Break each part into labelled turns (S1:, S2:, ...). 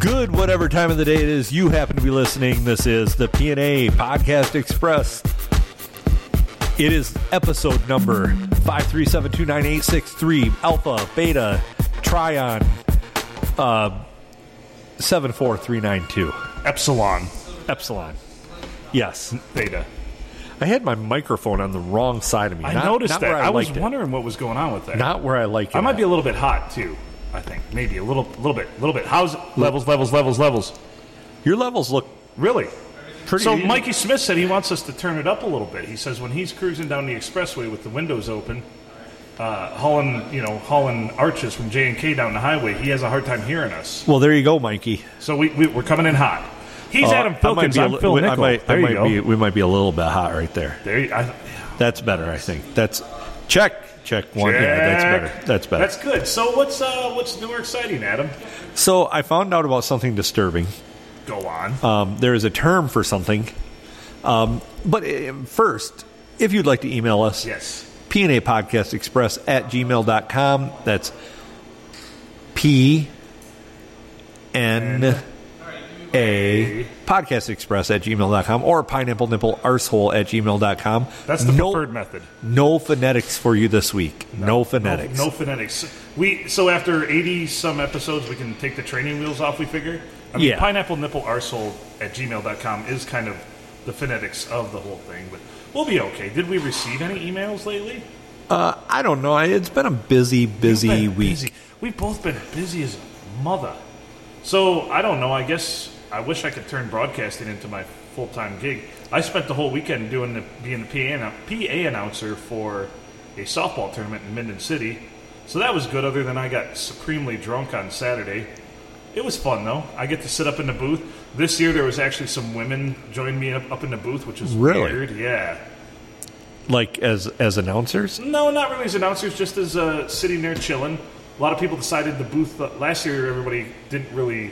S1: Good, whatever time of the day it is you happen to be listening. This is the PNA Podcast Express. It is episode number 5372986 Alpha, Beta, Trion, uh, 74392,
S2: Epsilon
S1: Epsilon. Yes.
S2: Theta.
S1: I had my microphone on the wrong side of me.
S2: I
S1: Not-
S2: noticed
S1: not
S2: that.
S1: Where I,
S2: I, was
S1: liked it.
S2: wondering what was going on with that.
S1: Not where I like it.
S2: I might
S1: at.
S2: be a little bit hot too. I think maybe a little, little bit, little bit. How's it? levels, levels, levels, levels?
S1: Your levels look
S2: Really?
S1: pretty
S2: So
S1: even.
S2: Mikey Smith said he wants us to turn it up a little bit. He says when he's cruising down the expressway with the windows open, uh, hauling you know hauling arches from J and K down the highway, he has a hard time hearing us.
S1: Well, there you go, Mikey.
S2: So we, we we're coming in hot. He's
S1: Uh,
S2: Adam
S1: I might
S2: Filkins.
S1: be a
S2: I'm
S1: li-
S2: Phil
S1: we- I
S2: Nichol.
S1: might- I
S2: there you
S1: might
S2: go.
S1: be- we might be a little bit hot right there.
S2: There you, I,
S1: That's better, I think. That's check, check one. Oh, Yeah, that's
S2: Check.
S1: better. That's better.
S2: That's good. So what's uh, what's new or exciting, Adam?
S1: so I found out about something disturbing.
S2: Go on.
S1: Um, there is a term for something. Um, but uh, first, if you'd like to email us,
S2: yes.
S1: PNA Podcast Express at gmail.com. That's P N A Podcast Express at gmail.com or pineapple nipple arsehole at gmail.com.
S2: That's the
S1: no,
S2: preferred method.
S1: No phonetics for you this week. No, phonetics.
S2: No phonetics. We so after eighty some episodes, we can take the training wheels off. We figure. I mean,
S1: Yeah.
S2: pineapple nipple arsehole at gmail.com is kind of the phonetics of the whole thing, but we'll be okay. Did we receive any emails lately?
S1: Uh, I don't know. I- It's been a busy, busy
S2: Been
S1: week.
S2: busy. We've both been busy as a mother. So I don't know. I guess I wish I could turn broadcasting into my full time gig. I spent the whole weekend doing the being the PA, annou- PA announcer for a softball tournament in Minden City. So that was good. Other than I got supremely drunk on Saturday. It was fun though. I get to sit up in the booth. This year there was actually some women join me up, up in the booth, which is
S1: Really?
S2: weird. Yeah.
S1: Like as as announcers?
S2: No, not really as announcers, just as uh, sitting there chilling. A lot of people decided the booth uh, last year. Everybody didn't really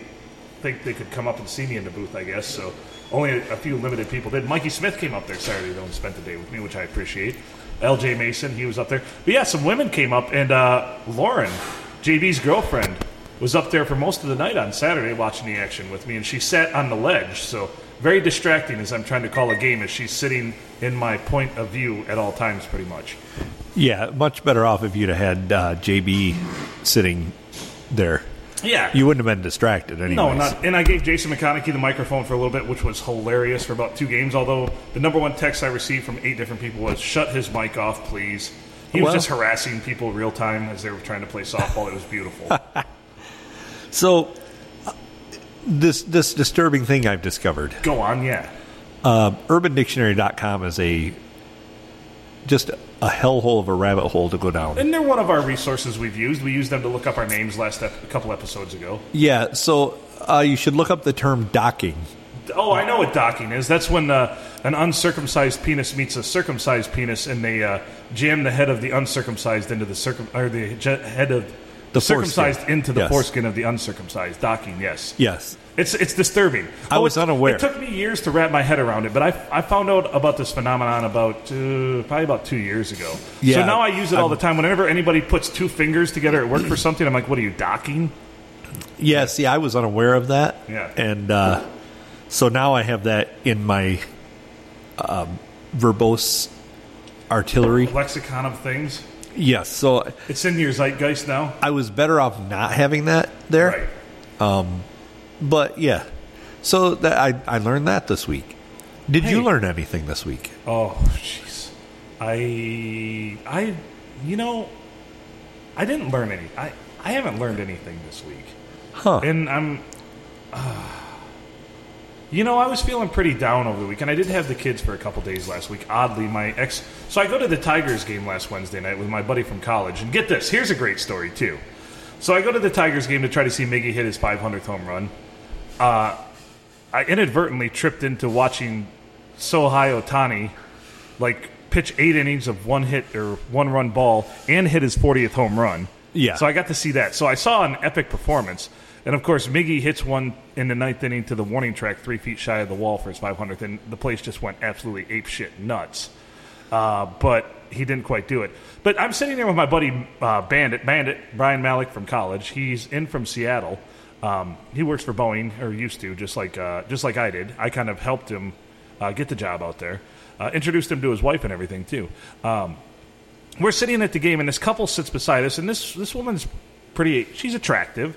S2: think they could come up and see me in the booth. I guess so. Only a, a few limited people did. Mikey Smith came up there Saturday though and spent the day with me, which I appreciate. L.J. Mason, he was up there. But yeah, some women came up, and uh, Lauren, JB's girlfriend, was up there for most of the night on Saturday watching the action with me, and she sat on the ledge. So very distracting as I'm trying to call a game, as she's sitting in my point of view at all times, pretty much.
S1: Yeah, much better off if you'd have had uh, JB sitting there.
S2: Yeah.
S1: You wouldn't have been distracted anyways.
S2: no, not. And I gave Jason McConaughey the microphone for a little bit, which was hilarious for about two games. Although the number one text I received from eight different people was "Shut his mic off, please." He was
S1: Well-
S2: just harassing people real time as they were trying to play softball. It was beautiful.
S1: So uh, this this disturbing thing I've discovered.
S2: Go on, yeah.
S1: Uh, UrbanDictionary.com is a just a hellhole of a rabbit hole to go down.
S2: And they're one of our resources we've used. We used them to look up our names last ep- a couple episodes ago.
S1: Yeah, so uh, you should look up the term docking.
S2: Oh, I know what docking is. That's when uh, an uncircumcised penis meets a circumcised penis, and they uh, jam the head of the uncircumcised into the circum or the je- head of
S1: The
S2: circumcised
S1: foreskin.
S2: into the
S1: Yes.
S2: foreskin of the uncircumcised. Docking, yes.
S1: Yes.
S2: It's it's disturbing. Oh,
S1: I was
S2: it-
S1: unaware.
S2: It took me years to wrap my head around it, but I, I found out about this phenomenon about uh, probably about two years ago.
S1: Yeah.
S2: So now I use it all the time. Whenever anybody puts two fingers together at work for something, I'm like, "What are you docking?"
S1: Yeah, see, I was unaware of that.
S2: Yeah.
S1: And uh, so now I have that in my um, verbose artillery.
S2: Lexicon of things.
S1: Yes, so
S2: It's in your zeitgeist now.
S1: I was better off not having that there.
S2: Right.
S1: But yeah, so that I, I learned that this week. Did you learn anything this week?
S2: Oh, jeez. I, I, you know, I didn't learn any. I, I haven't learned anything this week,
S1: Huh.
S2: and I'm, ah. you know, I was feeling pretty down over the weekend. I did have the kids for a couple days last week. Oddly, my ex. So I go to the Tigers game last Wednesday night with my buddy from college, and get this. Here's a great story too. So I go to the Tigers game to try to see Miggy hit his 500th home run. Uh, I inadvertently tripped into watching Sohei Otani like pitch eight innings of one hit or one run ball and hit his 40th home run.
S1: Yeah.
S2: So I got to see that. So I saw an epic performance. And of course, Miggy hits one in the ninth inning to the warning track, three feet shy of the wall for his 500th, and the place just went absolutely apeshit nuts uh, but he didn't quite do it. But I'm sitting there with my buddy uh, Bandit, Bandit Brian Malik from college. He's in from Seattle. Um, he works for Boeing, or used to, just like uh, just like I did. I kind of helped him uh, get the job out there, uh, introduced him to his wife and everything too. Um, we're sitting at the game, and this couple sits beside us, and this this woman's pretty. She's attractive,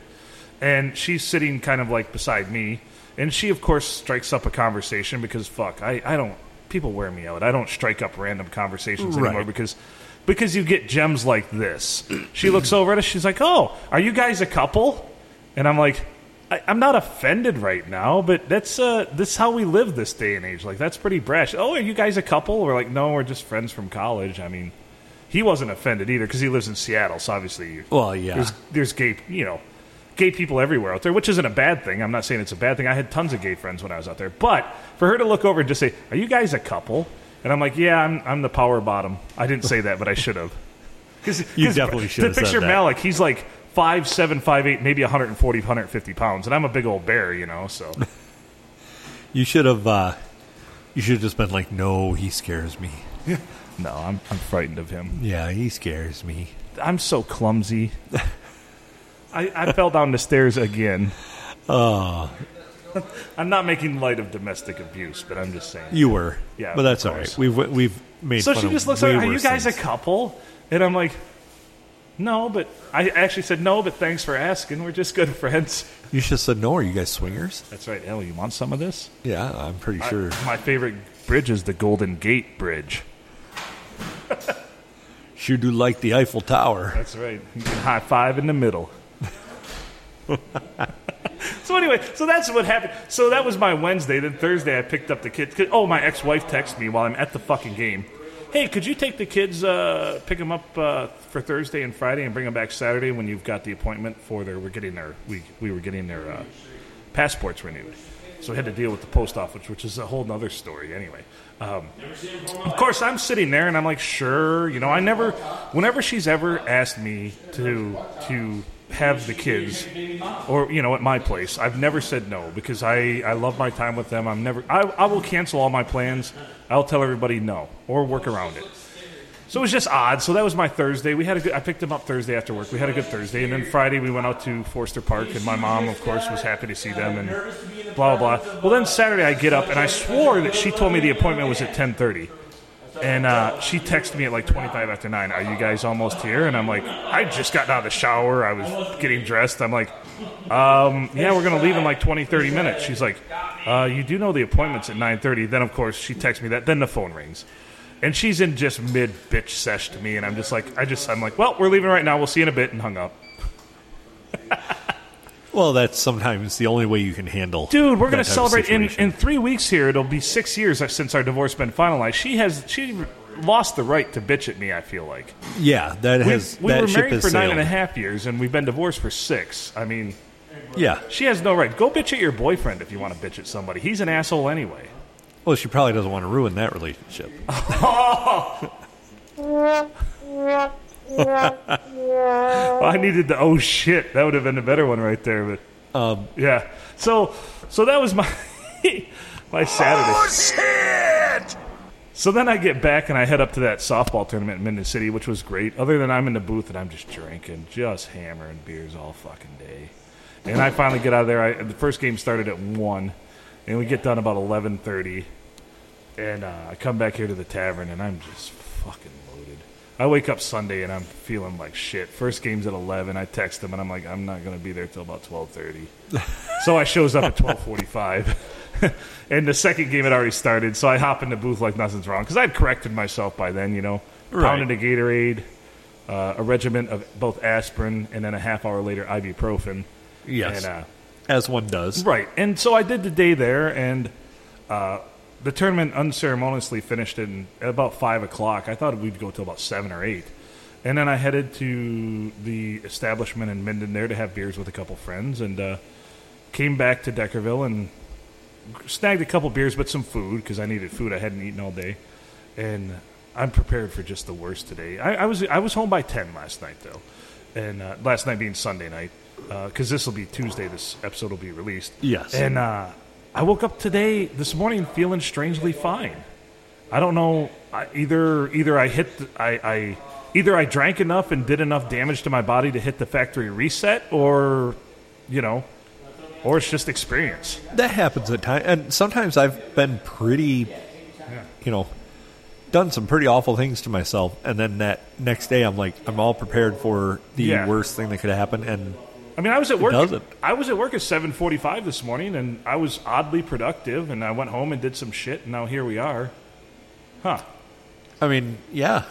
S2: and she's sitting kind of like beside me, and she of course strikes up a conversation because fuck, I I don't people wear me out. I don't strike up random conversations anymore
S1: Right.
S2: because because you get gems like this. She looks over at us. She's like, "Oh, are you guys a couple?" And I'm like, I, "I'm not offended right now, but that's uh, this is how we live this day and age. Like, that's pretty brash." Oh, are you guys a couple? We're like, "No, we're just friends from college." I mean, he wasn't offended either because he lives in Seattle, so obviously, you-
S1: Well, yeah.
S2: there's there's gay, you know, gay people everywhere out there, which isn't a bad thing. I'm not saying it's a bad thing. I had tons of gay friends when I was out there, but for her to look over and just say, "Are you guys a couple?" and I'm like, "Yeah, I'm I'm the power bottom." I didn't say that, but I should have. Cause,
S1: You
S2: 'cause
S1: definitely should have
S2: To
S1: said
S2: picture
S1: that.
S2: Malik, he's like five seven, five eight, maybe 140, 150 pounds, and I'm a big old bear, you know. So
S1: You should have. Uh, you should have just been like, "No, he scares me.
S2: no, I'm I'm frightened of him.
S1: Yeah, he scares me."
S2: I'm so clumsy. I, I fell down the stairs again.
S1: Ah.
S2: Oh. I'm not making light of domestic abuse, but I'm just saying.
S1: You were.
S2: Yeah,
S1: but that's
S2: of
S1: all right.
S2: course.
S1: We've we've made.
S2: So
S1: fun
S2: she
S1: of
S2: just looks
S1: way
S2: like, "Are you
S1: worse
S2: guys
S1: things.
S2: a couple?" And I'm like, "No, but I actually said no, but thanks for asking. We're just good friends."
S1: You should have said, "No, are you guys swingers?"
S2: That's right, Ellie. You want some of this?
S1: Yeah, I'm pretty sure.
S2: My favorite bridge is the Golden Gate Bridge.
S1: Sure do like the Eiffel Tower.
S2: That's right. You can high five in the middle. so anyway, so that's what happened. So that was my Wednesday. Then Thursday, I picked up the kids. 'Cause- Oh, my ex-wife texted me while I'm at the fucking game. Hey, could you take the kids, uh, pick them up uh, for Thursday and Friday, and bring them back Saturday when you've got the appointment for their? We're getting their we we were getting their uh, passports renewed. So I had to deal with the post office, which is a whole nother story. Anyway. Um, of course, I'm sitting there and I'm like, sure, you know, I never, whenever she's ever asked me to to have the kids, or you know, at my place, I've never said no because I I love my time with them. I'm never, I I will cancel all my plans. I'll tell everybody no or work around it. So it was just odd. So that was my Thursday. We had a good. I picked him up Thursday after work. We had a good Thursday, and then Friday we went out to Forster Park, and my mom, of course, was happy to see them, and blah blah blah. Well, then Saturday I get up, and I swore that she told me the appointment was at ten thirty, and uh, she texted me at like twenty five after nine. Are you guys almost here? And I'm like, I just got out of the shower. I was getting dressed. I'm like, um, yeah, we're gonna leave in like 20, 30 minutes. She's like, uh, you do know the appointment's at nine thirty. Then of course she texts me that. Then the phone rings. And she's in just mid bitch sesh to me, and I'm just like, I just, I'm like, well, we're leaving right now. We'll see you in a bit, and hung up.
S1: Well, that's sometimes the only way you can handle.
S2: Dude, we're
S1: that
S2: gonna
S1: type of
S2: celebrate in,
S1: situation.
S2: in three weeks here. It'll be six years since our divorce been finalized. She has she lost the right to bitch at me. I feel like
S1: yeah, that
S2: we,
S1: has
S2: we
S1: that
S2: were
S1: ship
S2: married
S1: has
S2: for nine
S1: sailed.
S2: and a half years, and we've been divorced for six. I mean,
S1: Yeah.
S2: she has no right. Go bitch at your boyfriend if you want to bitch at somebody. He's an asshole anyway.
S1: Well, she probably doesn't want to ruin that relationship.
S2: Oh. I needed the oh shit. That would have been a better one right there, but.
S1: Um,
S2: Yeah. So so that was my my Saturday. Oh shit! So then I get back and I head up to that softball tournament in Minden City, which was great. Other than I'm in the booth and I'm just drinking, just hammering beers all fucking day. And I finally get out of there. I, the first game started at one, and we get done about eleven thirty. And uh, I come back here to the tavern and I'm just fucking loaded. I wake up Sunday and I'm feeling like shit. First game's at eleven. I text him and I'm like, I'm not gonna be there till about twelve thirty. So I shows up at twelve forty five, and the second game had already started. So I hop in the booth like nothing's wrong because I'd corrected myself by then, you know,
S1: Right.
S2: pounded a Gatorade, uh, a regiment of both aspirin, and then a half hour later ibuprofen.
S1: Yes.
S2: And, uh,
S1: as one does.
S2: Right. And so I did the day there, and uh, the tournament unceremoniously finished in, at about 5 o'clock. I thought we'd go till about 7 or 8. And then I headed to the establishment in Minden there to have beers with a couple friends, and uh, came back to Deckerville and snagged a couple beers but some food because I needed food. I hadn't eaten all day. And I'm prepared for just the worst today. I, I was I was home by 10 last night, though. And uh, last night being Sunday night, because this will be Tuesday, this episode will be released.
S1: Yes.
S2: And uh, I woke up today, this morning, feeling strangely fine. I don't know. I, either either I hit the, I, I either I drank enough and did enough damage to my body to hit the factory reset, or you know or it's just experience.
S1: That happens at times, and sometimes I've been pretty, you know, done some pretty awful things to myself, and then that next day I'm like, I'm all prepared for the
S2: Yeah.
S1: worst thing that could happen, and
S2: I mean, I was at work.
S1: doesn't.
S2: I was at work at seven forty-five this morning, and I was oddly productive. And I went home and did some shit, and now here we are. Huh?
S1: I mean, yeah,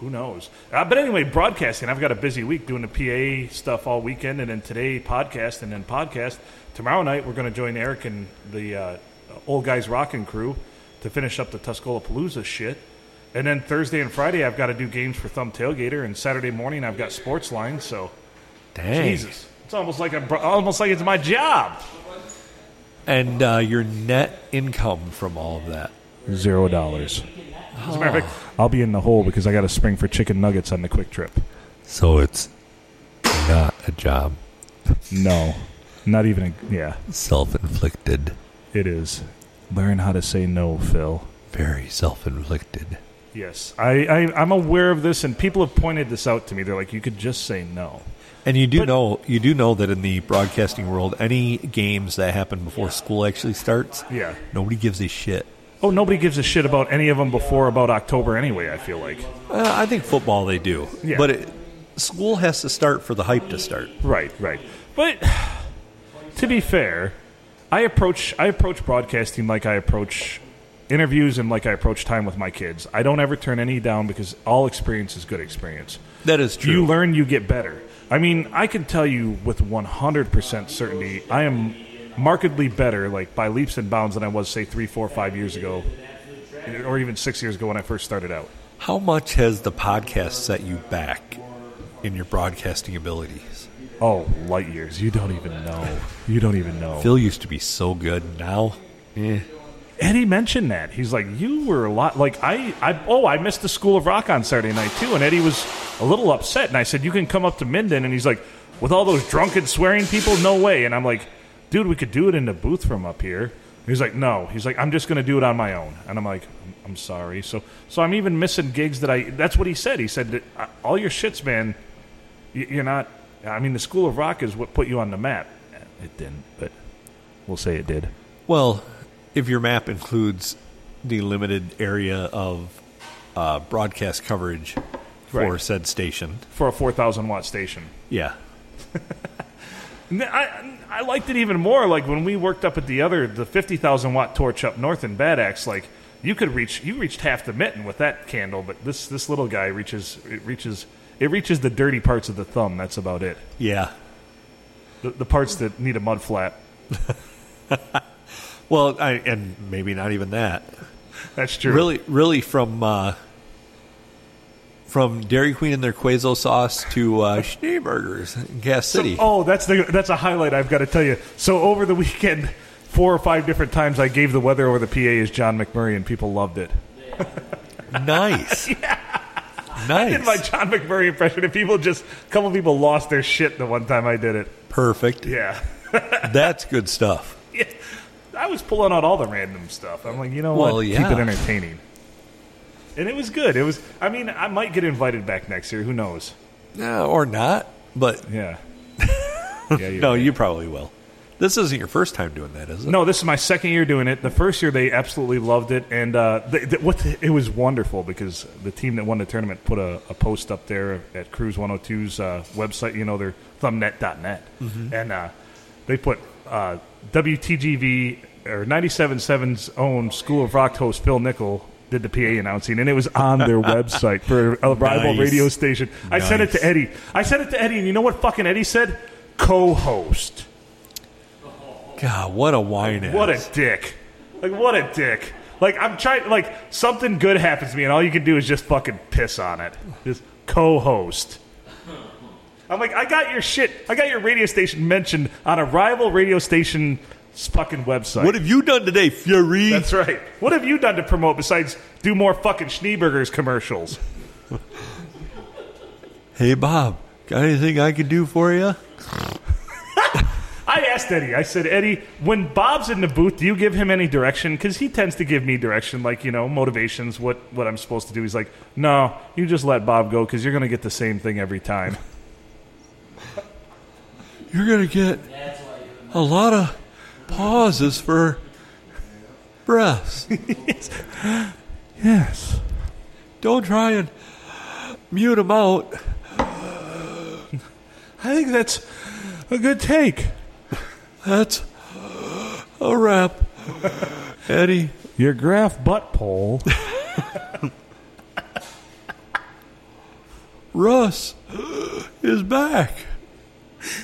S2: Who knows? Uh, but anyway, broadcasting. I've got a busy week doing the PA stuff all weekend, and then today podcast, and then podcast. Tomorrow night we're going to join Eric and the uh, old guys rocking crew to finish up the Tuscola Palooza shit. And then Thursday and Friday I've got to do games for Thumb Tailgater, and Saturday morning I've got Sports Line. So
S1: dang.
S2: Jesus, it's almost like I'm, almost like it's my job.
S1: And uh, your net income from all of that.
S2: Zero dollars. As a matter of fact, I'll be in the hole because I got to spring for chicken nuggets on the quick trip.
S1: So it's not a job,
S2: No, not even. A, yeah,
S1: self-inflicted,
S2: it is. Learn how to say no, Phil.
S1: very self-inflicted.
S2: Yes, I, I I'm aware of this, and people have pointed this out to me. They're like, you could just say no.
S1: And you do know you do know that in the broadcasting world, any games that happen before school actually starts,
S2: Yeah.
S1: nobody gives a shit.
S2: Oh, nobody gives a shit about any of them before about October anyway. I feel like.
S1: Uh, I think football they do,
S2: Yeah.
S1: but it, school has to start for the hype to start.
S2: Right, right. But to be fair, I approach I approach broadcasting like I approach interviews and like I approach time with my kids. I don't ever turn any down because all experience is good experience.
S1: That is
S2: You
S1: true.
S2: learn, you get better. I mean, I can tell you with 100% certainty, I am markedly better, like by leaps and bounds, than I was, say, three, four, five years ago, or even six years ago when I first started out.
S1: How much has the podcast set you back in your broadcasting abilities?
S2: Oh, light years. You don't even know. You don't even know.
S1: Phil used to be so good. Now, eh.
S2: Eddie mentioned that. He's like, you were a lot like I, I oh, I missed the School of Rock on Saturday night too, and Eddie was a little upset and I said, You can come up to Minden and he's like, With all those drunken swearing people, no way and I'm like, dude, we could do it in the booth from up here. He's like, No. He's like, I'm just gonna do it on my own and I'm like, I'm, I'm sorry. So so I'm even missing gigs that I that's what he said. He said that uh, all your shits, man, y- you're not I mean the School of Rock is what put you on the map. It didn't, but we'll say it did.
S1: well, if your map includes the limited area of uh, broadcast coverage for
S2: Right.
S1: said station,
S2: For a four thousand watt station.
S1: yeah,
S2: N- I, I liked it even more. Like when we worked up at the other, the fifty thousand watt torch up north in Bad Axe. Like you could reach, you reached half the mitten with that candle, but this this little guy reaches, it reaches, it reaches the dirty parts of the thumb. That's about it.
S1: yeah.
S2: The, the parts that need a mud flap.
S1: Well, I, and maybe not even that.
S2: That's true.
S1: Really, really from uh, from Dairy Queen and their Quazo sauce to uh, Schneeburgers in Gas City.
S2: Oh, that's the that's a highlight I've got to tell you. So over the weekend, four or five different times I gave the weather over the PA as John McMurray, and people loved it.
S1: Nice, nice,
S2: Did my John McMurray impression, and people just a couple people lost their shit the one time I did it.
S1: perfect.
S2: Yeah.
S1: That's good stuff.
S2: Yeah, I was pulling out all the random stuff. I'm like, you know
S1: Well,
S2: what?
S1: yeah.
S2: Keep it entertaining. And it was good. It was. I mean, I might get invited back next year. Who knows?
S1: Yeah, or not, but
S2: Yeah. yeah. you
S1: no, you probably will. This isn't your first time doing that, is it?
S2: No, this is my second year doing it. The first year they absolutely loved it, and uh, they, they, what the, it was wonderful because the team that won the tournament put a, a post up there at Cruise 102's uh, website. You know, their thumbnet.net,
S1: Mm-hmm.
S2: and uh, they put uh, WTGV or 97.7's own School of Rock host Phil Nickel did the PA announcing, and it was on their website for a rival
S1: Nice.
S2: radio station. I sent it
S1: Nice.
S2: to Eddie. I sent it to Eddie, and you know what fucking Eddie said? Co-host.
S1: God, what a wine ass.
S2: What a dick. Like, what a dick. Like, I'm trying, like, something good happens to me, and all you can do is just fucking piss on it. Just co host. I'm like, I got your shit. I got your radio station mentioned on a rival radio station's fucking website.
S1: What have you done today, Fury?
S2: That's right. What have you done to promote besides do more fucking Schneeburgers commercials?
S1: hey, Bob, got anything I could do for you?
S2: I asked Eddie. I said, Eddie, when Bob's in the booth, do you give him any direction? Because he tends to give me direction, like you know, motivations, what what I'm supposed to do. He's like, No, you just let Bob go because you're going to get the same thing every time.
S1: You're gonna get a lot of pauses for breaths. yes. Don't try and mute them out. I think that's a good take. That's a wrap. Eddie.
S3: Your graph butt pole.
S1: Russ is back.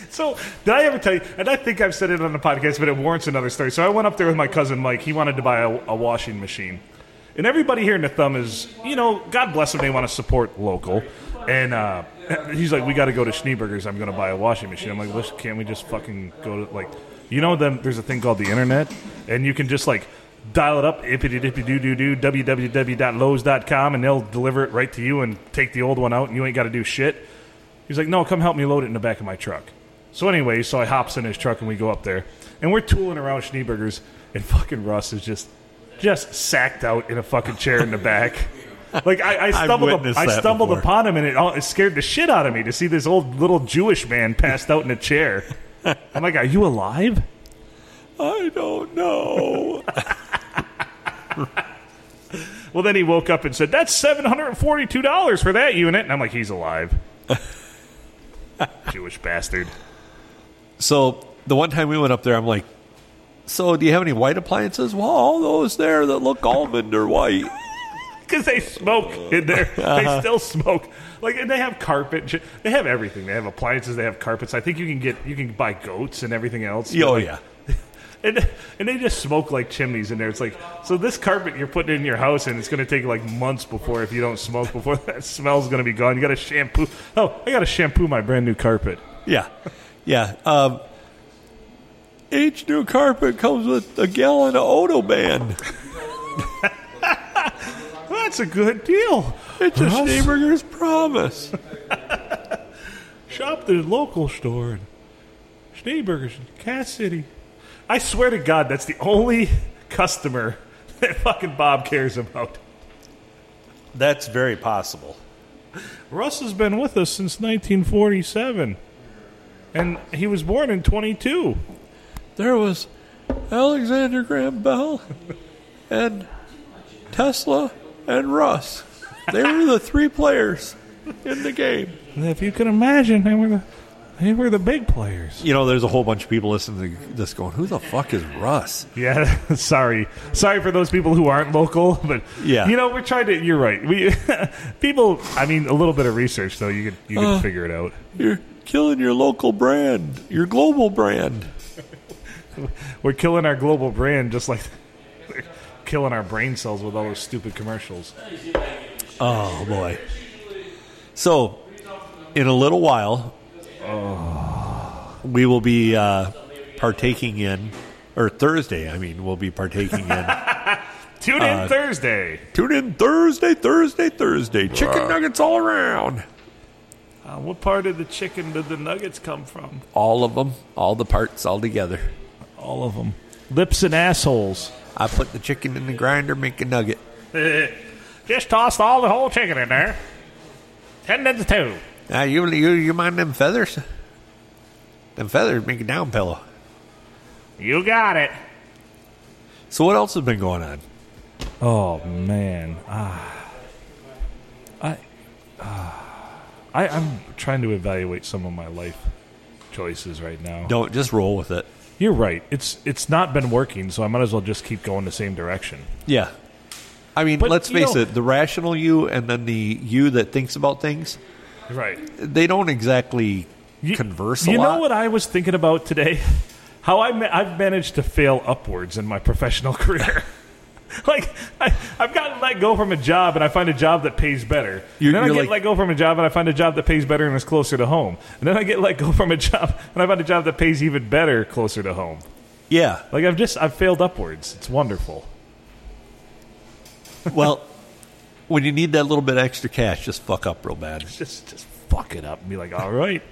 S2: So, did I ever tell you? And I think I've said it on the podcast, but it warrants another story. So, I went up there with my cousin Mike. He wanted to buy a, a washing machine. And everybody here in the thumb is, you know, God bless them, they want to support local. And uh, he's like, we got to go to Schneeberger's. I'm going to buy a washing machine. I'm like, listen, can't we just fucking go to, like, you know, then there's a thing called the internet, and you can just, like, dial it up, ippity dippy doo doo doo, www.lowes.com, and they'll deliver it right to you and take the old one out, and you ain't got to do shit. He's like, no, come help me load it in the back of my truck. So anyway, so I hops in his truck and we go up there, and we're tooling around Schneeberger's, and fucking Russ is just, just sacked out in a fucking chair in the back. Like I, I stumbled,
S1: witnessed
S2: I
S1: that
S2: stumbled
S1: before.
S2: upon him, and it, all- it scared the shit out of me to see this old little Jewish man passed out in a chair. I'm like, are you alive?
S1: I don't know.
S2: Well, then he woke up and said, "That's seven hundred and forty-two dollars for that unit," and I'm like, "He's alive." Jewish bastard.
S1: So the one time we went up there, I'm like, "So do you have any white appliances?" Well, all those there that look almond are white.
S2: because they smoke in there. They still smoke. Like and they have carpet. j- They have everything. They have appliances. They have carpets. I think you can get you can buy goats and everything else.
S1: oh yeah,
S2: And and they just smoke like chimneys in there. It's like so this carpet you're putting in your house and it's going to take like months before if you don't smoke before that smell's going to be gone. You got to shampoo. Oh, I got to shampoo my brand new carpet.
S1: yeah, yeah. Um, each new carpet comes with a gallon of Odoban.
S2: That's a good deal.
S1: It's a
S2: Russ?
S1: Schneeberger's promise.
S2: Shop the local store in Schneeberger's in Cass City. I swear to God, that's the only customer that fucking Bob cares about.
S1: That's very possible.
S2: Russ has been with us since 1947. And he was born in 22.
S1: There was Alexander Graham Bell and Tesla and Russ. They were the three players in the game.
S2: And if you can imagine, they were the, they were the big players.
S1: you know, there's a whole bunch of people listening to this going, "Who the fuck is Russ?"
S2: Yeah, sorry, sorry for those people who aren't local, but
S1: Yeah.
S2: you know, we're trying to. You're right. We people. I mean, a little bit of research though. You could you could figure it out.
S1: You're killing your local brand, your global brand.
S2: We're killing our global brand just like they're killing our brain cells with all those stupid commercials.
S1: Oh boy! So, in a little while, we will be uh, partaking in, or Thursday, I mean, we'll be partaking in.
S2: Tune in Thursday.
S1: tune in Thursday, Thursday, Thursday. Chicken nuggets all around.
S2: Uh, what part of the chicken did the nuggets come from?
S1: All of them, all the parts, all together.
S2: All of them. Lips and assholes.
S1: I put the chicken in the grinder, make a nugget.
S2: just tossed all the whole chicken in there. Ten to two.
S1: Now Ah, you you you mind them feathers? Them feathers make a down pillow.
S2: You got it.
S1: So what else has been going on?
S2: Oh man, ah, I, ah, I, I'm trying to evaluate some of my life choices right now.
S1: Don't just roll with it.
S2: You're right. It's it's not been working, so I might as well just keep going the same direction.
S1: Yeah. I mean,
S2: But,
S1: let's
S2: you
S1: face
S2: know-
S1: it, the rational you and then the you that thinks about things,
S2: Right.
S1: they don't exactly converse a
S2: you
S1: lot.
S2: know what I was thinking about today? How I ma- I've managed to fail upwards in my professional career. like I, I've gotten let go from a job and I find a job that pays better.
S1: You're-
S2: and then I
S1: you're
S2: get
S1: like-
S2: let go from a job and I find a job that pays better and is closer to home. And then I get let go from a job and I find a job that pays even better closer to home.
S1: Yeah.
S2: Like I've just I've failed upwards. It's wonderful.
S1: Well, when you need that little bit extra cash, just fuck up real bad.
S2: Just just fuck it up and be like, all right.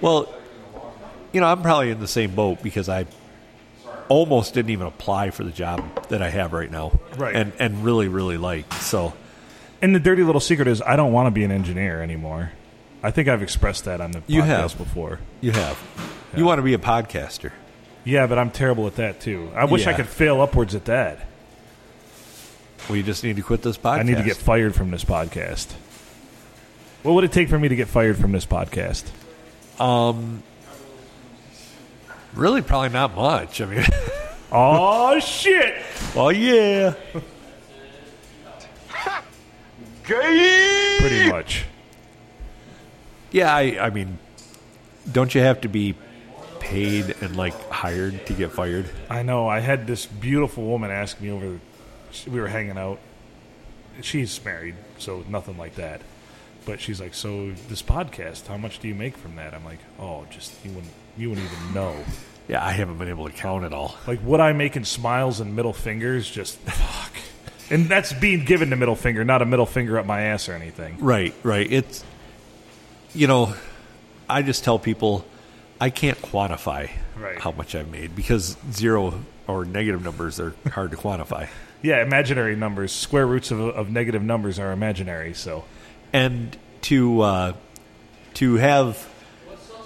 S1: Well, you know, I'm probably in the same boat because I almost didn't even apply for the job that I have right now.
S2: Right.
S1: And and really, really like. So
S2: And the dirty little secret is I don't want to be an engineer anymore. I think I've expressed that on the podcast
S1: You have.
S2: before.
S1: you have. You want to be a podcaster.
S2: Yeah, but I'm terrible at that too. I wish I
S1: Yeah.
S2: could fail upwards at that.
S1: We just need to quit this podcast.
S2: I need to get fired from this podcast. What would it take for me to get fired from this podcast?
S1: really probably not much. I mean,
S2: Oh shit!
S1: well, yeah.
S2: Pretty much.
S1: Yeah, I, I mean, don't you have to be paid and like hired to get fired?
S2: I know. I had this beautiful woman ask me over. We were hanging out. She's married, so nothing like that. But she's like, "So this podcast, how much do you make from that?" I'm like, "Oh, just you wouldn't, you wouldn't even know.
S1: Yeah, I haven't been able to count at all.
S2: Like what I make in smiles and middle fingers, just fuck." And that's being given the middle finger, not a middle finger up my ass or anything.
S1: Right, right. It's, you know, I just tell people I can't quantify
S2: Right.
S1: how much I've made because zero or negative numbers are hard to quantify.
S2: Yeah, imaginary numbers, square roots of, of negative numbers are imaginary. So
S1: and to uh, to have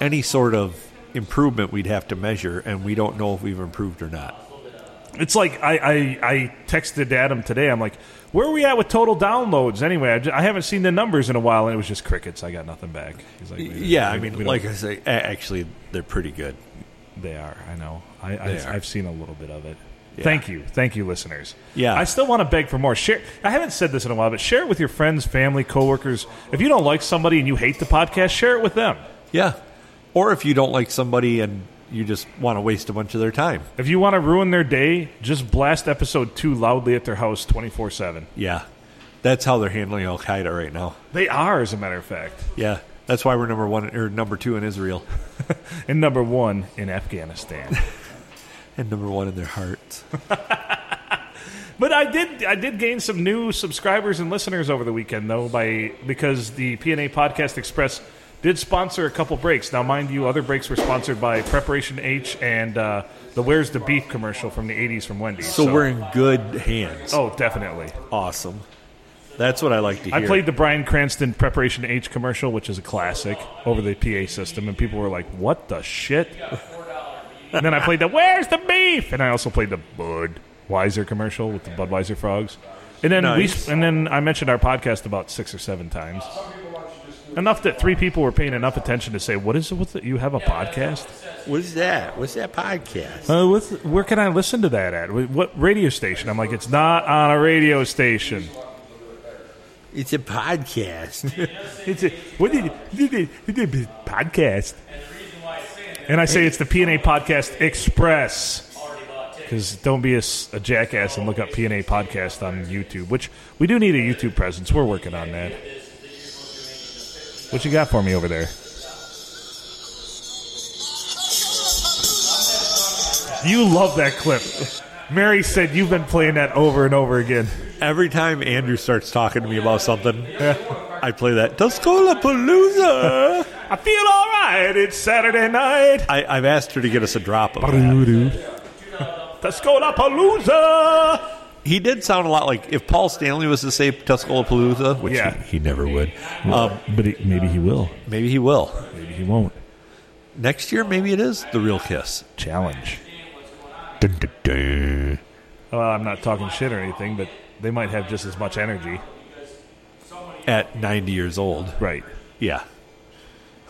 S1: any sort of improvement we'd have to measure and we don't know if we've improved or not
S2: It's like I, I, I texted Adam today. I'm like, where are we at with total downloads anyway? I, ju- I haven't seen the numbers in a while, and it was just crickets. I got nothing back. He's like, we-
S1: yeah i
S2: we-
S1: mean
S2: we don't-
S1: like i say a- actually they're pretty good
S2: they are. I know. I, I
S1: are.
S2: I've seen a little bit of it. Thank you, thank you, listeners.
S1: Yeah.
S2: I still want to beg for more. Share. I haven't said this in a while, but share it with your friends, family, coworkers. If you don't like somebody and you hate the podcast, share it with them.
S1: yeah or if you don't like somebody and you just want to waste a bunch of their time
S2: If you want to ruin their day, just blast episode two loudly at their house, twenty four seven.
S1: yeah that's how they're handling al qaeda right now
S2: They are, as a matter of fact.
S1: yeah that's why we're number one or number two in israel
S2: and number one in Afghanistan.
S1: and number one in their hearts
S2: but I did I did gain some new subscribers and listeners over the weekend though by because the PNA Podcast Express did sponsor a couple breaks. Now, mind you, other breaks were sponsored by Preparation H and uh, the "Where's the Beef" commercial from the '80s from Wendy's.
S1: so, we're in good hands
S2: oh, definitely.
S1: awesome that's what i like to hear
S2: I played the Brian Cranston Preparation H commercial, which is a classic, over the PA system, and people were like, "What the shit?" and then I played the "Where's the beef?" and I also played the Budweiser commercial with the Budweiser frogs. And then
S1: Nice.
S2: we and then I mentioned our podcast about six or seven times. Enough that three people were paying enough attention to say, "What is it with the, you have a podcast?
S1: what's that what's that podcast
S2: Uh, with, where can I listen to that at? Wh- What radio station?" I'm like, "It's not on a radio station."
S1: It's a podcast.
S2: It's a what did, did, did, did, did podcast? And I say it's the PNA Podcast Express. Because don't be a, s- a jackass and look up PNA Podcast on YouTube, which we do need a YouTube presence. We're working on that. What you got for me over there? You love that clip. Mary said you've been playing that over and over again.
S1: Every time Andrew starts talking to me about something, I play that Tuscola Palooza.
S2: I feel all right. It's Saturday night.
S1: I've asked her to get us a drop of that.
S2: Let's go La Palooza.
S1: He did sound a lot like if Paul Stanley was to say Tuscola Palooza, which
S2: Yeah.
S1: he, he never would. Um,
S2: Uh, But it, maybe he will.
S1: maybe he will.
S2: Maybe he won't.
S1: Next year, maybe it is The Real Kiss.
S2: Challenge.
S1: Dun, dun, dun.
S2: Well, I'm not talking shit or anything, but they might have just as much energy.
S1: At 90 years old.
S2: Right.
S1: Yeah.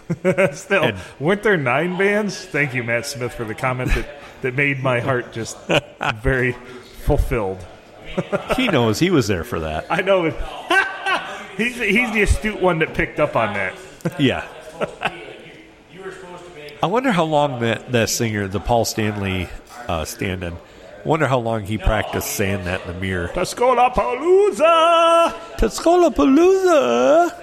S2: Still,
S1: And-
S2: weren't there nine bands? Thank you, Matt Smith, for the comment that, that made my heart just very fulfilled.
S1: He knows he was there for that.
S2: I know. it- he's, he's the astute one that picked up on that.
S1: Yeah. I wonder how long that, that singer, the Paul Stanley uh, stand in, wonder how long he practiced saying that in the mirror.
S2: Let's go La Palooza.
S1: Tuscolapalooza!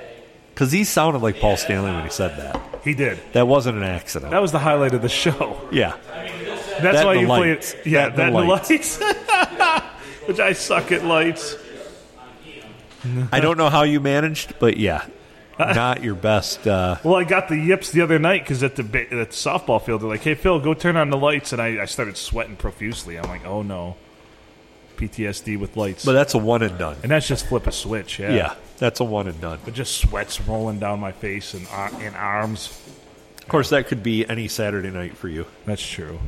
S1: Because he sounded like Paul Stanley when he said that.
S2: He did.
S1: That wasn't an accident.
S2: That was the highlight of the show.
S1: yeah.
S2: That's
S1: That
S2: why
S1: and
S2: you
S1: the
S2: play
S1: lights.
S2: it. Yeah,
S1: That
S2: that
S1: and
S2: and
S1: the
S2: the lights. Which I suck at lights.
S1: I don't know how you managed, but yeah. Not your best. Uh,
S2: Well, I got the yips the other night because at the ba- at the softball field, they're like, "Hey, Phil, go turn on the lights," and I, I started sweating profusely. I'm like, "Oh no, PTSD with lights."
S1: but that's a one and done.
S2: and that's just flip a switch. Yeah.
S1: Yeah, that's a one and done.
S2: But just sweats rolling down my face and ar- and uh, arms.
S1: Of course, that could be any Saturday night for you.
S2: That's true.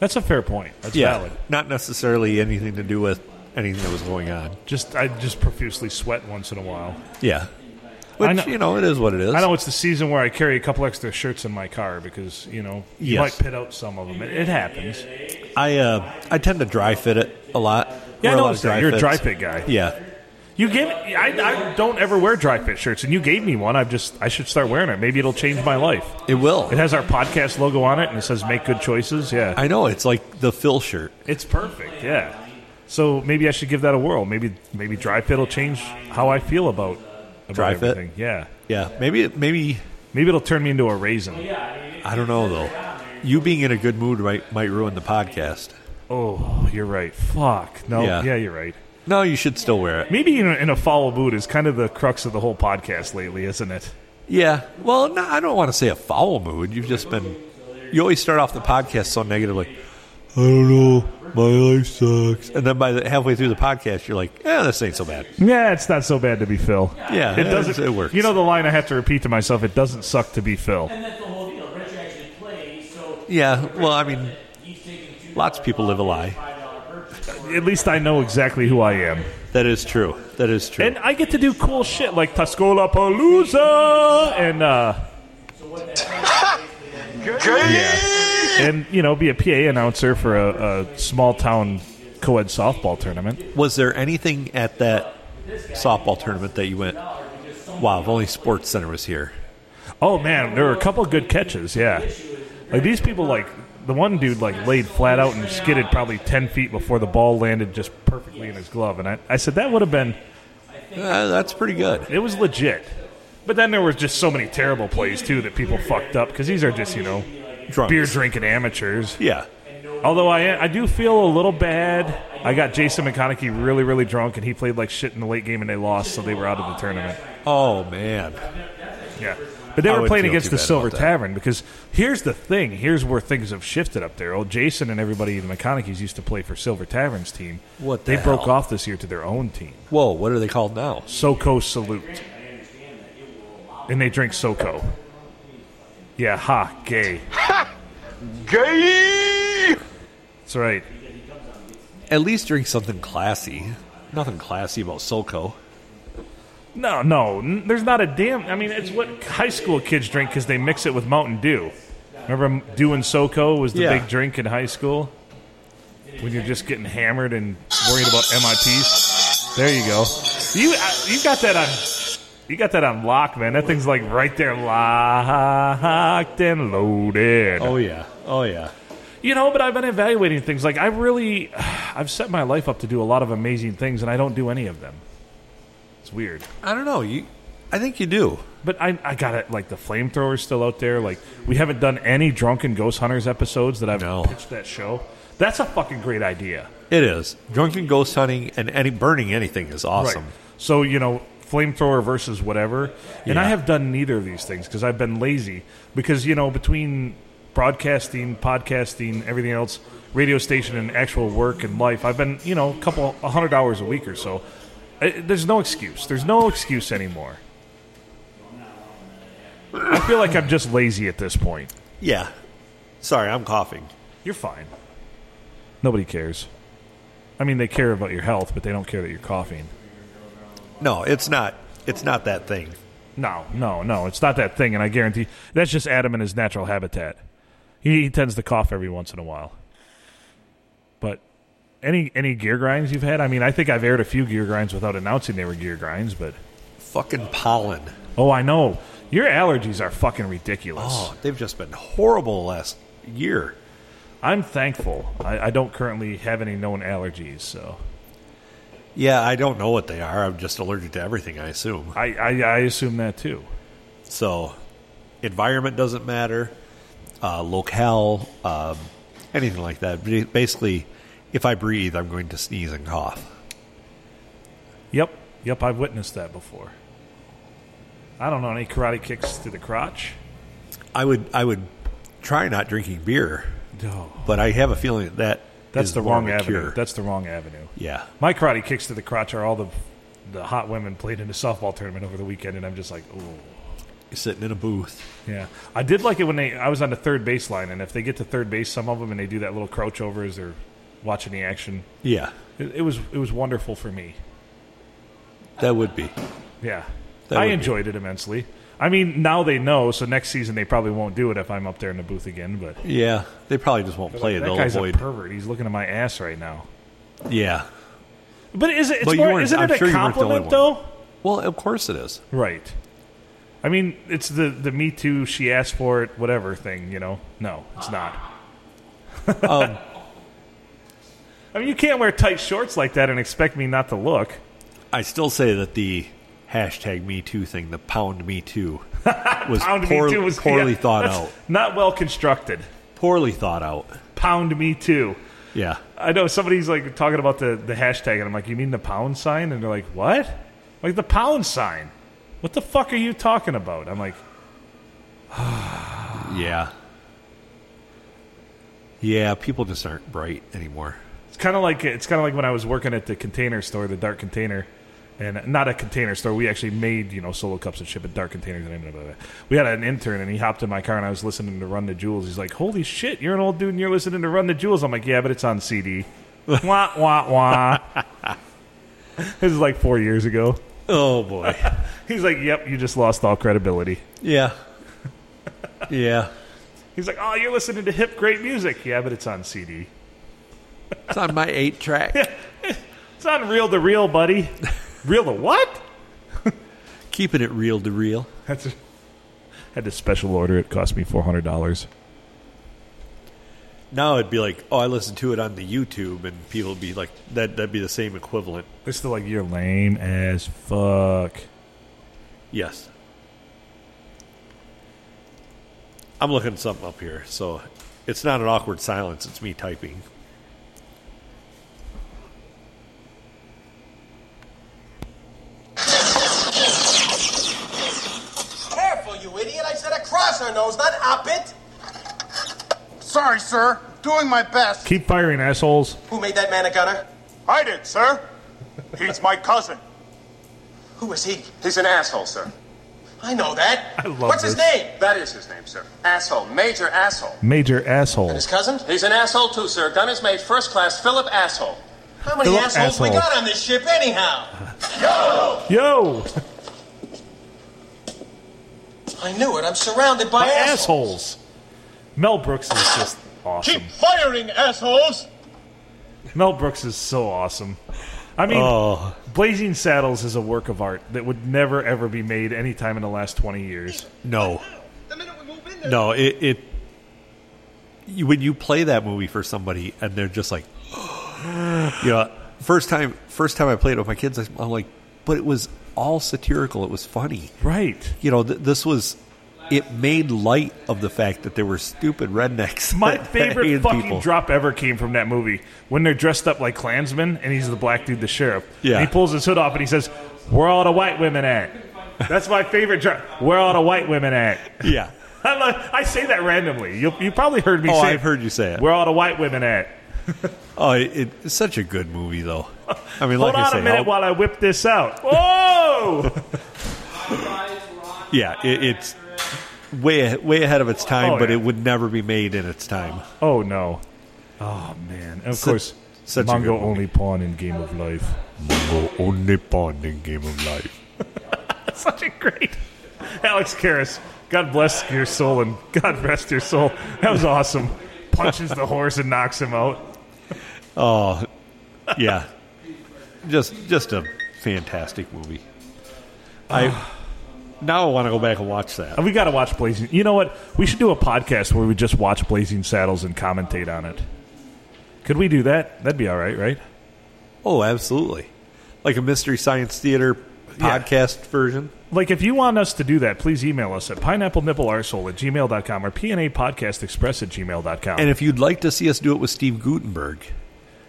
S2: That's a fair point. That's valid.
S1: Not necessarily anything to do with anything that was going on.
S2: Just I just profusely sweat once in a while.
S1: Yeah.
S2: I
S1: Which,
S2: know-
S1: you know, it is what it is.
S2: I know it's the season where I carry a couple extra shirts in my car because you know you
S1: Yes.
S2: might pit out some of them. It, it happens.
S1: I, uh, I tend to dry fit it a lot.
S2: Yeah, I
S1: Wear a lot
S2: noticed
S1: of
S2: that. You're a dry
S1: fits.
S2: fit guy.
S1: Yeah.
S2: You gave I, I don't ever wear dry fit shirts, and you gave me one. I've just I should start wearing it. Maybe it'll change my life.
S1: It will.
S2: It has our podcast logo on it, and it says "Make Good Choices." Yeah,
S1: I know. It's like the Phil shirt.
S2: it's perfect. Yeah, so maybe I should give that a whirl. Maybe maybe dry fit will change how I feel about, about
S1: Dry fit?
S2: everything. Yeah,
S1: Yeah. Maybe, maybe,
S2: maybe it'll turn me into a raisin.
S1: I don't know though. You being in a good mood might, might ruin the podcast.
S2: Oh, you're right. Fuck. No.
S1: Yeah.
S2: yeah you're right.
S1: No, you should still wear it.
S2: Maybe in a, in a foul mood is kind of the crux of the whole podcast lately, isn't it?
S1: Yeah. Well, no, I don't want to say a foul mood. You've just been. You always start off the podcast so negatively. I don't know. My life sucks. And then by the halfway through the podcast, you're like, "Yeah, this ain't so bad."
S2: Yeah, it's not so bad to be Phil.
S1: Yeah,
S2: it doesn't.
S1: It works.
S2: You know the line I have to repeat to myself: it doesn't suck to be Phil.
S4: And that's the whole deal. Rich actually plays, so
S1: Yeah. Well, I mean,
S4: he's taking two
S1: lots of people live a lie.
S2: At least I know exactly who I am,
S1: That is true. That is true.
S2: and I get to do cool shit like Tuscola Palooza, and uh, and you know, be a PA announcer for a, a small town co-ed softball tournament.
S1: Was there anything at that softball tournament that you went? Wow, if only Sports Center was here.
S2: Oh man, there were a couple good catches. Yeah, like these people, like the one dude, like laid flat out and skidded probably ten feet before the ball landed just perfectly in his glove, and I, I said that would have been
S1: Uh, that's pretty good.
S2: it was legit. But then there was just so many terrible plays too that people fucked up because these are just you know
S1: Drunk.
S2: beer drinking amateurs.
S1: Yeah.
S2: Although I I do feel a little bad. I got Jason McConaughey really really drunk and he played like shit in the late game and they lost, so they were out of the tournament.
S1: Oh man.
S2: Yeah. But they
S1: I
S2: were
S1: would
S2: playing
S1: feel
S2: against
S1: too
S2: the
S1: bad
S2: Silver
S1: about that.
S2: Tavern because here's the thing. Here's where things have shifted up there. Old Jason and everybody in the McConaughey's used to play for Silver Tavern's team.
S1: What
S2: they
S1: the
S2: broke
S1: hell?
S2: off this year to their own team,
S1: Whoa. What are they called now?
S2: SoCo Salute, and they drink SoCo. Yeah, ha, gay.
S5: Gay!
S2: That's right.
S1: At least drink something classy. Nothing classy about Silco.
S2: No, no, n- there's not a damn. I mean, it's what high school kids drink because they mix it with Mountain Dew. Remember, doing SoCo was the
S1: Yeah.
S2: big drink in high school when you're just getting hammered and worried about MITs. There you go. You I- you got that on. You got that on lock, man. That thing's like right there, locked and loaded.
S1: yeah. Oh yeah.
S2: You know, but I've been evaluating things. Like I really, I've set my life up to do a lot of amazing things, and I don't do any of them. It's weird.
S1: I don't know. You, I think you do.
S2: But I, I got it. Like the flamethrowers still out there. Like we haven't done any drunken ghost hunters episodes that I've
S1: No.
S2: pitched that show. That's a fucking great idea.
S1: It is drunken ghost hunting and any burning anything is awesome.
S2: So you know, flamethrower versus whatever. And I
S1: Yeah.
S2: have done neither of these things because I've been lazy. Because you know, between broadcasting, podcasting, everything else, radio station, and actual work and life, I've been you know a couple a hundred hours a week or so. I, there's no excuse. There's no excuse anymore. I feel like I'm just lazy at this point.
S1: Yeah. Sorry, I'm coughing.
S2: You're fine. Nobody cares. I mean, they care about your health, but they don't care that you're coughing.
S1: No, it's not. It's not that thing.
S2: No, no, no. It's not that thing, and I guarantee that's just Adam in his natural habitat. He, he tends to cough every once in a while. But any any gear grinds you've had? I mean, I think I've aired a few gear grinds without announcing they were gear grinds, but
S1: Fucking pollen.
S2: oh, I know your allergies are fucking ridiculous.
S1: Oh, they've just been horrible last year.
S2: I'm thankful I, I don't currently have any known allergies, so
S1: Yeah, I don't know what they are. I'm just allergic to everything, I assume.
S2: I I, I assume that too.
S1: So, environment doesn't matter. Uh, locale, um, anything like that. Ba- Basically, if I breathe, I'm going to sneeze and cough.
S2: Yep, yep, I've witnessed that before. I don't know any karate kicks to the crotch.
S1: I would I would try not drinking beer,
S2: No,
S1: but I have a feeling that, that
S2: that's
S1: is
S2: the
S1: more
S2: wrong
S1: of a
S2: avenue.
S1: cure.
S2: That's the wrong avenue.
S1: yeah.
S2: My karate kicks to the crotch are all the the hot women played in a softball tournament over the weekend, and I'm just like, ooh,
S1: sitting in a booth.
S2: Yeah, I did like it when they. I was on the third baseline, and if they get to third base, some of them, and they do that little crouch over as they're watching the action.
S1: Yeah,
S2: It, it was it was wonderful for me.
S1: that would be.
S2: Yeah,
S1: That would
S2: I
S1: be-
S2: enjoyed it immensely. I mean, now they know, so next season they probably won't do it if I'm up there in the booth again. But
S1: Yeah, they probably just won't play it.
S2: that
S1: They'll
S2: guy's
S1: avoid.
S2: a pervert. He's looking at my ass right now.
S1: yeah.
S2: But is it? It's
S1: But you
S2: more,
S1: weren't-
S2: isn't
S1: I'm
S2: it
S1: sure
S2: a
S1: you weren't the only
S2: compliment though?
S1: Well, of course it is.
S2: Right. I mean, it's the the Me Too. She asked for it. Whatever thing. You know. No,
S1: Ah.
S2: it's not.
S1: Um,
S2: I mean, you can't wear tight shorts like that and expect me not to look.
S1: I still say that the hashtag Me Too thing, the pound Me Too, was,
S2: Pound Me
S1: poor-
S2: Too was-
S1: poorly
S2: yeah,
S1: thought
S2: that's
S1: out.
S2: Not well constructed.
S1: Poorly thought out.
S2: Pound me too.
S1: Yeah.
S2: I know somebody's like talking about the, the hashtag, and I'm like, you mean the pound sign? And they're like, what? Like the pound sign? What the fuck are you talking about? I'm like,
S1: Yeah. Yeah, people just aren't bright anymore.
S2: it's kind of like it's kind of like when I was working at the container store, the dark container, and not a container store. We actually made you know solo cups and shit, at dark containers. And blah, blah, blah. we had an intern, and he hopped in my car, and I was listening to Run the Jewels. He's like, holy shit, you're an old dude, and you're listening to Run the Jewels. I'm like, yeah, but it's on CD. wah wah wah. this is like four years ago.
S1: Oh boy.
S2: He's like, "Yep, you just lost all credibility."
S1: yeah. Yeah.
S2: He's like, "Oh, you're listening to hip, great music." Yeah, but it's on CD.
S1: It's on my eight track.
S2: It's on reel to reel, buddy. Reel to what?
S1: Keeping it real to real.
S2: That's a, had to special order. It cost me four hundred dollars.
S1: Now it'd be like, oh, I listened to it on the YouTube, and people would be like, that that'd be the same equivalent.
S2: They're still like, "You're lame as fuck."
S1: Yes. I'm looking something up here, so it's not an awkward silence. It's me typing.
S5: Careful, you idiot! I said across her nose, not up it!
S6: Sorry, sir. Doing my best.
S2: Keep firing, assholes.
S5: Who made that man a gunner?
S6: I did, sir. He's my cousin.
S5: Who is he?
S6: He's an asshole, sir.
S5: I know that.
S2: I love
S5: What's his
S2: this.
S5: name?
S6: That is his name, sir. Asshole. Major asshole.
S2: Major asshole.
S5: His cousin?
S6: He's an asshole, too, sir. Gunner's mate, first class, Philip Asshole.
S5: How many
S2: Philip
S5: assholes we
S2: Asshole.
S5: got on this ship, anyhow?
S2: Yo,
S5: I knew it. I'm surrounded by assholes.
S2: assholes. Mel Brooks is just awesome.
S6: firing, assholes!
S2: Mel Brooks is so awesome. I mean,
S1: Oh,
S2: Blazing Saddles is a work of art that would never ever be made any time in the last twenty years.
S1: no.
S6: The minute we move in there.
S1: No, it. it you, when you play that movie for somebody and they're just like, you know, first time, first time I played it with my kids, I- I'm like, but it was all satirical. It was funny.
S2: Right.
S1: You know, th- this was. It made light of the fact that there were stupid rednecks.
S2: My
S1: that
S2: favorite
S1: hated
S2: fucking
S1: people.
S2: drop ever came from that movie when they're dressed up like Klansmen and he's the black dude, the sheriff.
S1: Yeah.
S2: And he pulls his hood off and he says, Where all the white women at? That's my favorite drop. Where all the white women at?
S1: Yeah.
S2: I, like, I say that randomly. You, you probably heard me
S1: Oh,
S2: say
S1: I've heard you say it.
S2: Where all the white women at?
S1: Oh, it, it- it's such a good movie, though. I mean,
S2: Hold
S1: like I
S2: on
S1: say,
S2: a minute
S1: how-
S2: while I whip this out. Whoa!
S1: yeah, it, it's way way ahead of its time,
S2: Oh,
S1: but
S2: yeah.
S1: it would never be made in its time.
S2: oh, no. Oh, man. And of
S1: Such-
S2: course,
S1: such a good
S2: Mongo
S1: movie.
S2: only pawn in Game of Life.
S1: only bond in Game of Life.
S2: Such a great Alex Karras. God bless your soul and God rest your soul. That was awesome. Punches the horse and knocks him out.
S1: Oh, yeah, just just a fantastic movie. I
S2: Ah.
S1: now I want to go back and watch that.
S2: We got to watch Blazing. You know what? We should do a podcast where we just watch Blazing Saddles and commentate on it. Could we do that? That'd be all right, right?
S1: Oh, absolutely, like a mystery science theater podcast version.
S2: Like, if you want us to do that, please email us at pineapple nipple arsehole at gmail.com or PNA Podcast Express at gmail.com.
S1: And if you'd like to see us do it with Steve Gutenberg,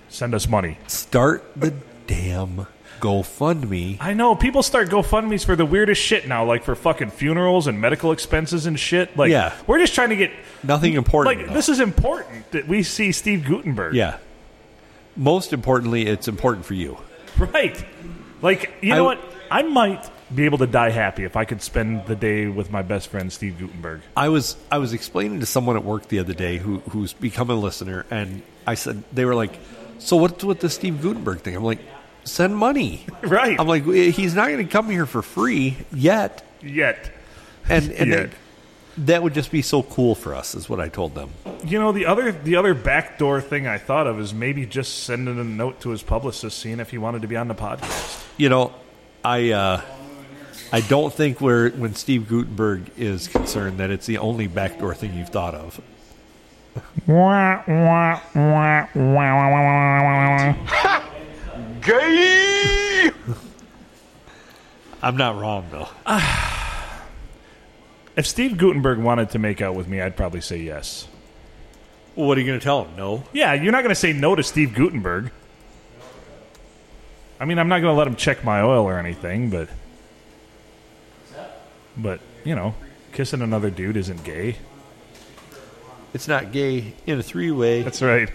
S2: Send us money.
S1: start the damn GoFundMe.
S2: I know people start GoFundmes for the weirdest shit now, like for fucking funerals and medical expenses and shit. Like,
S1: Yeah.
S2: we're just trying to get
S1: Nothing important.
S2: Like
S1: though.
S2: this is important that we see Steve Gutenberg.
S1: Yeah. Most importantly, it's important for you.
S2: Right. Like you
S1: I-
S2: know what? I might be able to die happy if I could spend the day with my best friend Steve Gutenberg.
S1: I was I was explaining to someone at work the other day who who's become a listener, and I said they were like, "So what's with the Steve Gutenberg thing?" I'm like, "Send money."
S2: Right.
S1: I'm like, "He's not going to come here for free yet,"
S2: Yet,
S1: and and
S2: Yet.
S1: That, that would just be so cool for us, is what I told them.
S2: you know the other the other backdoor thing I thought of is maybe just sending a note to his publicist, seeing if he wanted to be on the podcast.
S1: You know, I uh, I don't think where when Steve Gutenberg is concerned that it's the only backdoor thing you've thought of.
S6: Gay!
S1: I'm not wrong though.
S2: If Steve Gutenberg wanted to make out with me, I'd probably say yes.
S1: Well, what are you going to tell him? No.
S2: Yeah, you're not going to say no to Steve Gutenberg. I mean, I'm not going to let him check my oil or anything, but but you know, kissing another dude isn't gay.
S1: It's not gay in a three way.
S2: That's right.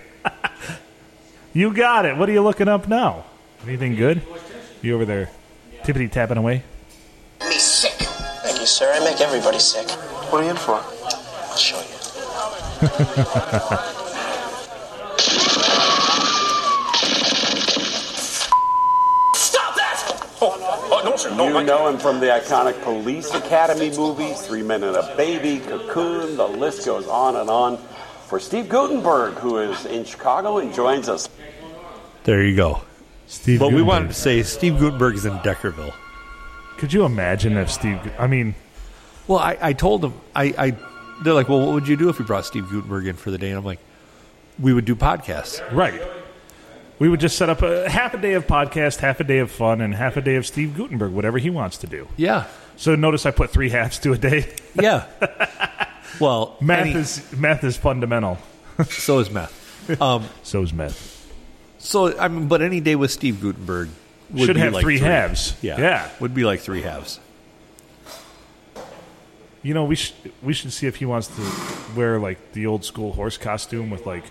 S2: you got it. What are you looking up now? Anything good? You over there, tippity tapping away?
S5: Me sick. Thank you, sir. I make everybody sick.
S6: What are you in for?
S5: I'll show you. Stop that!
S7: Oh, no, sir. No,
S8: You know him from the iconic Police Academy movies, Three Men and a Baby, Cocoon, the list goes on and on. For Steve Gutenberg, who is in Chicago and joins us
S1: There you go.
S2: Steve.
S1: But we
S2: Gutenberg.
S1: wanted to say Steve Gutenberg is in Deckerville.
S2: Could you imagine if Steve? Gu- I mean,
S1: Well, I, I told them I, I they're like, well, what would you do if you brought Steve Gutenberg in for the day? And I'm like, we would do podcasts.
S2: right? We would just set up a half a day of podcast, half a day of fun, and half a day of Steve Gutenberg, whatever he wants to do.
S1: Yeah,
S2: So notice I put three halves to a day.
S1: yeah. well,
S2: Math
S1: any-
S2: is math is fundamental.
S1: so is math. Um,
S2: So is math.
S1: so I mean, but any day with Steve Gutenberg would
S2: Should
S1: be
S2: have
S1: like
S2: three halves.
S1: Yeah,
S2: Yeah.
S1: would be like three halves.
S2: You know, we sh- we should see if he wants to wear like the old school horse costume with like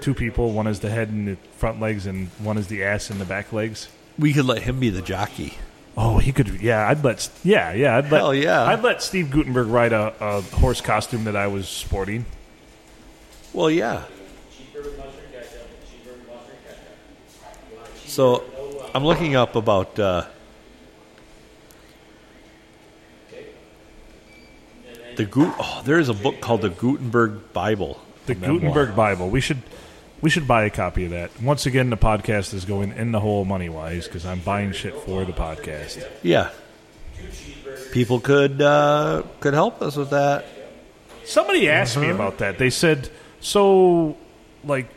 S2: two people. One is the head and the front legs, and one is the ass and the back legs.
S1: We could let him be the jockey.
S2: Oh, he could. Yeah, I'd let. Yeah, yeah, I'd let.
S1: Hell yeah.
S2: I'd let Steve Gutenberg ride a, a horse costume that I was sporting.
S1: Well, yeah. So I'm looking up about. Uh, The Gut. Oh, there is a book called the Gutenberg Bible.
S2: The
S1: A memoir.
S2: Gutenberg Bible. We should we should buy a copy of that. Once again, the podcast is going in the hole money wise because I'm buying shit for the podcast.
S1: Yeah. People could uh, could help us with that.
S2: Somebody asked
S1: Uh-huh.
S2: me about that. They said, "So, like,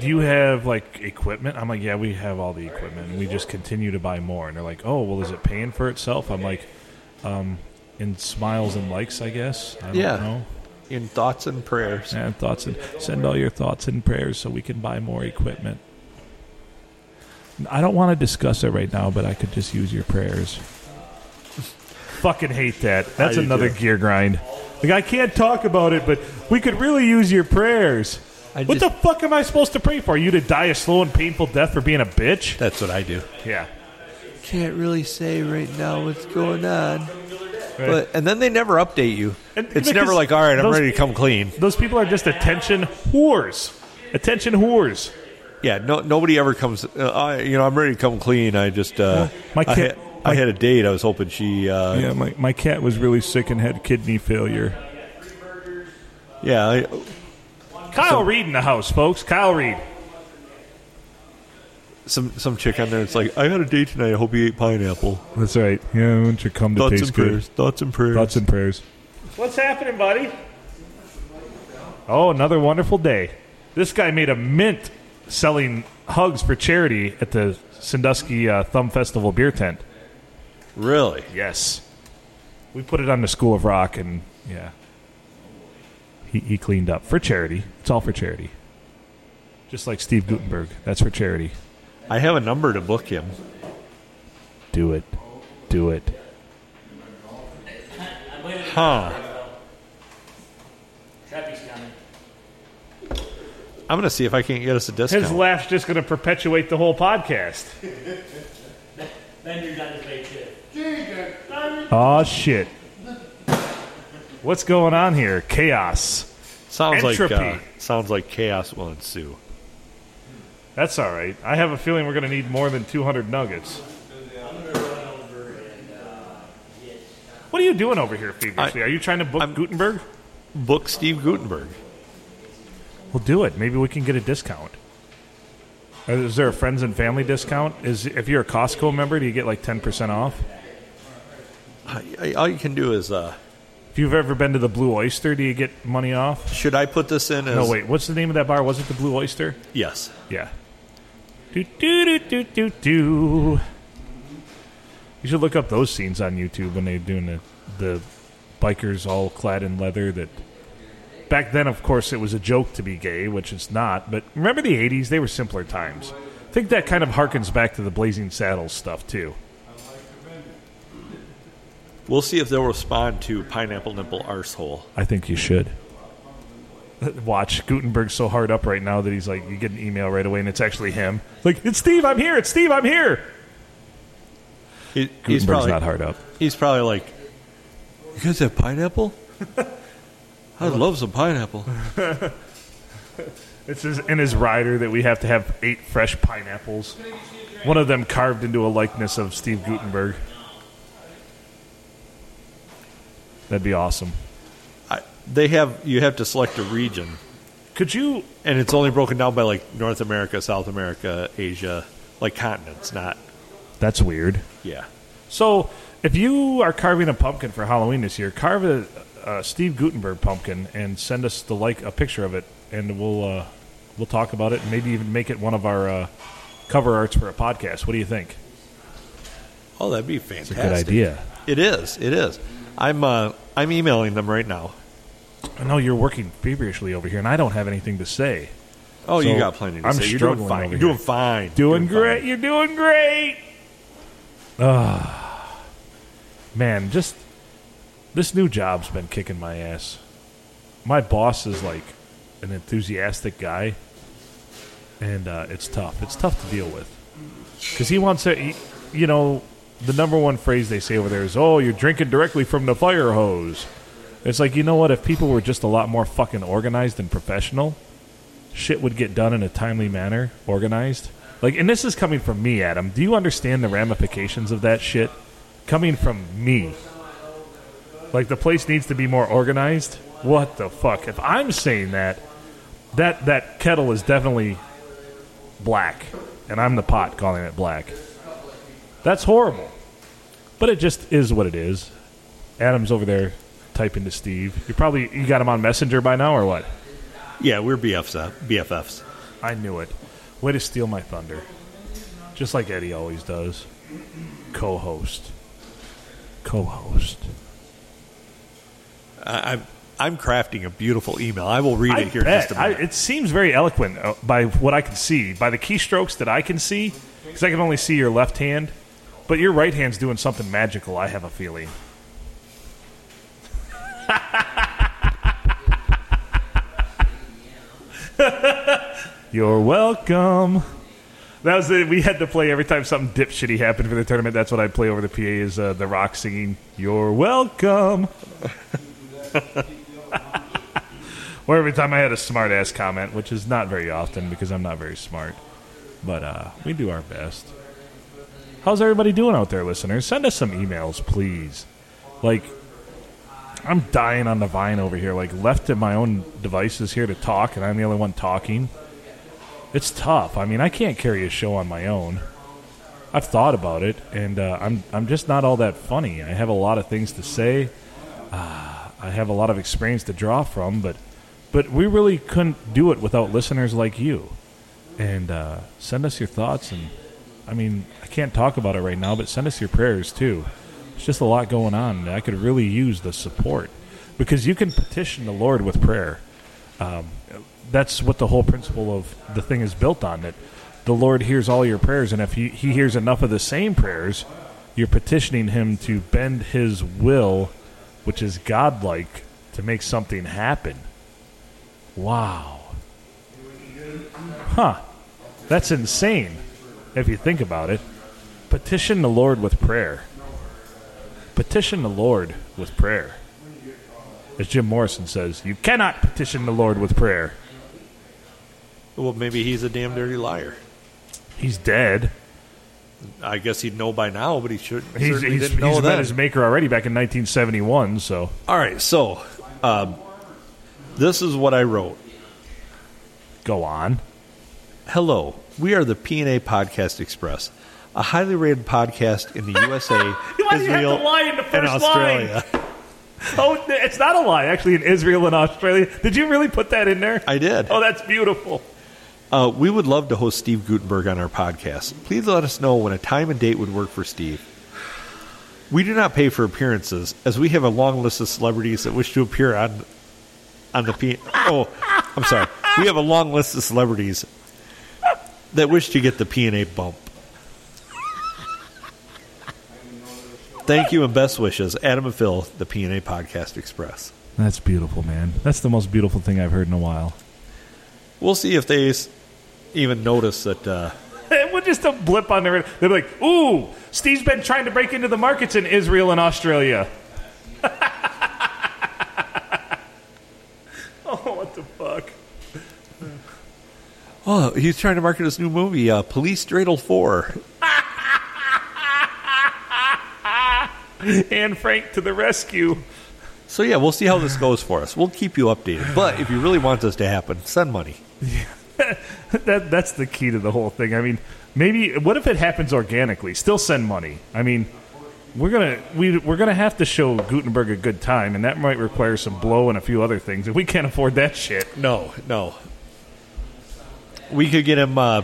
S2: do you have like equipment?" I'm like, "Yeah, we have all the equipment. and We just continue to buy more." And they're like, "Oh, well, is it paying for itself?" I'm like, um, "In smiles and likes, I guess." I don't
S1: Yeah.
S2: know.
S1: In thoughts and prayers.
S2: And thoughts and send all your thoughts and prayers so we can buy more equipment. I don't want to discuss it right now, but I could just use your prayers. Fucking hate that. That's
S1: I do
S2: another
S1: too.
S2: gear grind. Like I can't talk about it, but we could really use your prayers.
S1: I
S2: what
S1: just-
S2: the fuck am I supposed to pray for? You to die a slow and painful death for being a bitch?
S1: That's what I do.
S2: Yeah.
S1: Can't really say right now what's going on. But and then they never update you.
S2: And
S1: it's
S2: because
S1: never like, all right, I'm
S2: those-
S1: ready to come clean.
S2: Those people are just attention whores. Attention whores.
S1: Yeah, no, nobody ever comes. Uh, I, you know, I'm ready to come clean. I just, uh,
S2: My
S1: I,
S2: kid-
S1: had, I had a date. I was hoping she, uh, yeah,
S2: my, my cat was really sick and had kidney failure.
S1: I,
S2: Kyle Reed in the house, folks. Kyle Reed.
S1: some some chick on there. It's like, I had a date tonight. I hope you ate pineapple.
S2: That's right. Yeah, won't you come to
S1: Thoughts
S2: taste
S1: and prayers. Thoughts and prayers.
S2: good? Thoughts and prayers. What's happening, buddy? Oh, another wonderful day. This guy made a mint selling hugs for charity at the Sandusky uh, Thumb Festival beer tent.
S1: really?
S2: Yes. We put it on the School of Rock, and yeah. He, he cleaned up for charity. It's all for charity. Just like Steve Gutenberg. That's for charity.
S1: I have a number to book him.
S2: Do it. Do it.
S1: Huh?
S4: Trappy's coming.
S1: I'm gonna see if I can't get us a discount.
S2: His laugh's just going to perpetuate the whole podcast.
S4: Bender's on his way too.
S2: Oh shit! What's going on here? Chaos.
S1: Sounds like uh,
S2: Entropy.
S1: sounds like chaos will ensue.
S2: That's all right. I have a feeling we're going to need more than 200 nuggets. What are you doing over here, feverishly?
S1: I-
S2: are you trying to book
S1: I'm-
S2: Gutenberg?
S1: Book Steve Gutenberg.
S2: We'll do it. Maybe we can get a discount. Uh, Is there a friends and family discount? Is if you're a Costco member, do you get like 10% off?
S1: I, I, all you can do is uh,
S2: If you've ever been to the Blue Oyster, do you get money off?
S1: should I put this in? As,
S2: No, wait. What's the name of that bar? Was it the Blue Oyster?
S1: Yes.
S2: Yeah. Do do do do do do. You should look up those scenes on YouTube when they're doing the the bikers all clad in leather. That back then, of course, it was a joke to be gay, which it's not. But remember the '80s; they were simpler times. I think that kind of harkens back to the Blazing Saddles stuff too.
S1: We'll see if they'll respond to Pineapple Nipple Arsehole.
S2: I think you should. Watch Gutenberg's so hard up right now that he's like, you get an email right away, and it's actually him. Like, it's Steve, I'm here. It's Steve, I'm here.
S1: He, he's
S2: Gutenberg's
S1: probably
S2: not hard up.
S1: he's probably like, you guys have pineapple? I'd love some pineapple.
S2: It's his, in his rider that we have to have eight fresh pineapples. One of them carved into a likeness of Steve Gutenberg. That'd be awesome.
S1: I, they have you have to select a region,
S2: Could you?
S1: and it's only broken down by like North America, South America, Asia, like continents. Not
S2: That's weird.
S1: yeah.
S2: So, if you are carving a pumpkin for Halloween this year, carve a, a Steve Gutenberg pumpkin and send us the like a picture of it, and we'll uh, we'll talk about it and maybe even make it one of our uh, cover arts for a podcast. What do you think?
S1: Oh, that'd be fantastic.
S2: Good idea.
S1: It is. It is. I'm uh, I'm emailing them right now.
S2: I know you're working feverishly over here, and I don't have anything to say.
S1: Oh, you
S2: So,
S1: got plenty to
S2: I'm
S1: say. You're doing
S2: struggling
S1: fine.
S2: over
S1: You're
S2: here.
S1: doing fine.
S2: Doing
S1: You're
S2: great. You're doing great. Ah, man, just this new job's been kicking my ass. My boss is like an enthusiastic guy, and uh, it's tough. It's tough to deal with because he wants to. He, you know, the number one phrase they say over there is, "Oh, you're drinking directly from the fire hose." It's like you know what? If people were just a lot more fucking organized and professional, shit would get done in a timely manner, organized. Like, and this is coming from me, Adam. Do you understand the ramifications of that shit? Coming from me. Like, the place needs to be more organized. What the fuck? If I'm saying that, that that kettle is definitely black, and I'm the pot calling it black. That's horrible. But it just is what it is. Adam's over there typing to Steve. You probably you got him on Messenger by now or what?
S1: fine. Yeah, we're BFs, uh, BFFs.
S2: I knew it. Way to steal my thunder. Just like Eddie always does. Co host. Co host.
S1: I, I'm I'm crafting a beautiful email. I will read
S2: I
S1: it here in
S2: bet.
S1: just a
S2: I,
S1: minute.
S2: it seems very eloquent uh, by what I can see, by the keystrokes that I can see, because I can only see your left hand, but your right hand's doing something magical, I have a feeling. You're welcome. That was it. We had to play every time something dipshitty happened for the tournament. That's what I play over the PA is uh, the rock singing. You're welcome. Or every time I had a smart ass comment, which is not very often because I'm not very smart. But uh, we do our best. How's everybody doing out there, listeners? Send us some emails, please. Like, I'm dying on the vine over here. Like, left to my own devices here to talk, and I'm the only one talking. It's tough. I mean, I can't carry a show on my own. I've thought about it, and uh, I'm I'm just not all that funny. I have a lot of things to say. Ah, I have a lot of experience to draw from, but but we really couldn't do it without listeners like you. And uh, send us your thoughts, and I mean, I can't talk about it right now, but send us your prayers too. It's just a lot going on. and I could really use the support because you can petition the Lord with prayer. Um, that's what the whole principle of the thing is built on. That the Lord hears all your prayers, and if he, he hears enough of the same prayers, you're petitioning Him to bend His will which is godlike, to make something happen. Wow. Huh. That's insane if you think about it. Petition the Lord with prayer. Petition the Lord with prayer. As Jim Morrison says, you cannot petition the Lord with prayer.
S1: Well, maybe he's a damn dirty liar.
S2: He's dead.
S1: I guess he'd know by now, but he should.
S2: He's,
S1: certainly
S2: he's,
S1: didn't know
S2: he's
S1: that.
S2: met his maker already back in 1971, so.
S1: All right, so um, this is what I wrote.
S2: Go on.
S1: Hello, we are the PNA Podcast Express, a highly rated podcast in the USA,
S2: Why do you have
S1: Israel,
S2: to lie in the
S1: and
S2: first
S1: Australia.
S2: Oh, it's not a lie. Actually, in Israel and Australia. Did you really put that in there?
S1: I did.
S2: Oh, that's beautiful.
S1: Uh, we would love to host Steve Gutenberg on our podcast. Please let us know when a time and date would work for Steve. We do not pay for appearances, as we have a long list of celebrities that wish to appear on on the P. Oh, I'm sorry. We have a long list of celebrities that wish to get the P and A bump. Thank you and best wishes, Adam and Phil, the P and A Podcast Express.
S2: That's beautiful, man. That's the most beautiful thing I've heard in a while.
S1: We'll see if they s- even notice that. Uh,
S2: We're just a blip on their. They're like, ooh, Steve's been trying to break into the markets in Israel and Australia. oh, what the fuck?
S1: Oh, he's trying to market his new movie, uh, Police Dreidel 4.
S2: And Frank to the rescue.
S1: So, yeah, we'll see how this goes for us. We'll keep you updated. But if you really want this to happen, send money.
S2: that that's the key to the whole thing. I mean, maybe what if it happens organically? Still send money. I mean, we're gonna we we're gonna have to show Gutenberg a good time, and that might require some blow and a few other things, and we can't afford that shit.
S1: No, no. We could get him. Uh,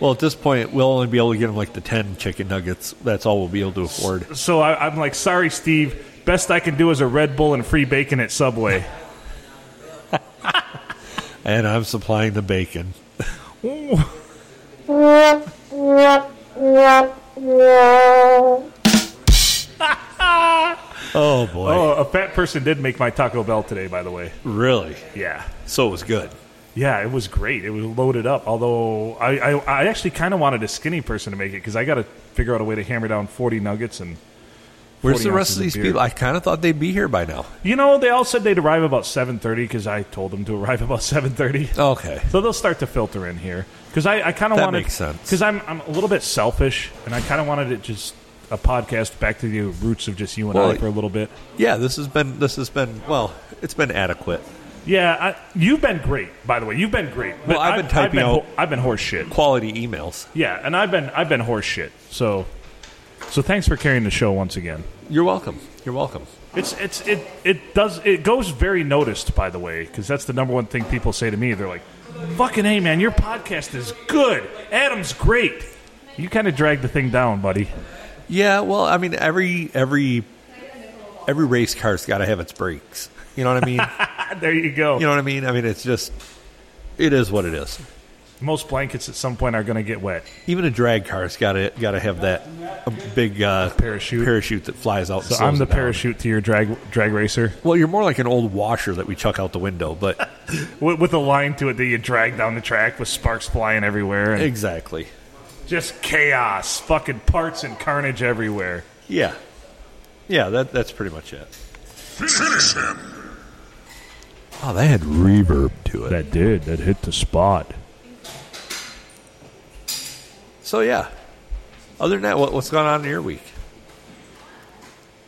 S1: well, at this point, we'll only be able to get him like the 10 chicken nuggets. That's all we'll be able to afford.
S2: So I, I'm like, sorry, Steve. Best I can do is a Red Bull and free bacon at Subway.
S1: And I'm supplying the bacon. Oh, boy.
S2: Oh, a fat person did make my Taco Bell today, by the way.
S1: Really?
S2: Yeah.
S1: So it was good.
S2: Yeah, it was great. It was loaded up. Although I, I, I actually kind of wanted a skinny person to make it because I got to figure out a way to hammer down forty nuggets and.
S1: Where's
S2: 40
S1: the rest
S2: ounces
S1: of these
S2: beer.
S1: people? I kind of thought they'd be here by now.
S2: You know, they all said they'd arrive about seven thirty because I told them to arrive about seven thirty.
S1: Okay.
S2: So they'll start to filter in here because I, I kind of
S1: That
S2: wanted
S1: makes sense.
S2: because I'm I'm a little bit selfish and I kind of wanted it just a podcast back to the roots of just you and I
S1: Well,
S2: for a little bit.
S1: Yeah, this has been, this has been, well, it's been adequate.
S2: Yeah, I, you've been great by the way. You've been great. But
S1: Well, I've been typing
S2: I've been,
S1: out-
S2: ho- I've been horse shit.
S1: Quality emails.
S2: Yeah, and I've been I've been horse shit. So so thanks for carrying the show once again.
S1: You're welcome. You're welcome.
S2: It's it's it it does it goes very noticed by the way because that's the number one thing people say to me. They're like, "Fucking hey man, your podcast is good. Adam's great." You kind of dragged the thing down, buddy.
S1: Yeah, well, I mean, every every every race car's got to have its brakes. You know what I mean?
S2: There you go.
S1: you know what I mean? I mean, it's just it is what it is.
S2: Most blankets at some point are going to get wet.
S1: Even a drag car's got to got to have that a big uh,
S2: Parachute.
S1: parachute that flies out.
S2: So I'm the parachute to your drag drag racer
S1: Well, you're more like an old washer that we chuck out the window, but
S2: with, with a line to it that you drag down the track with sparks flying everywhere and
S1: exactly.
S2: just chaos, fucking parts and carnage everywhere.
S1: Yeah, yeah. That that's pretty much it. Oh, that had reverb to it.
S2: That did that hit the spot.
S1: So yeah. Other than that, what, what's going on in your week?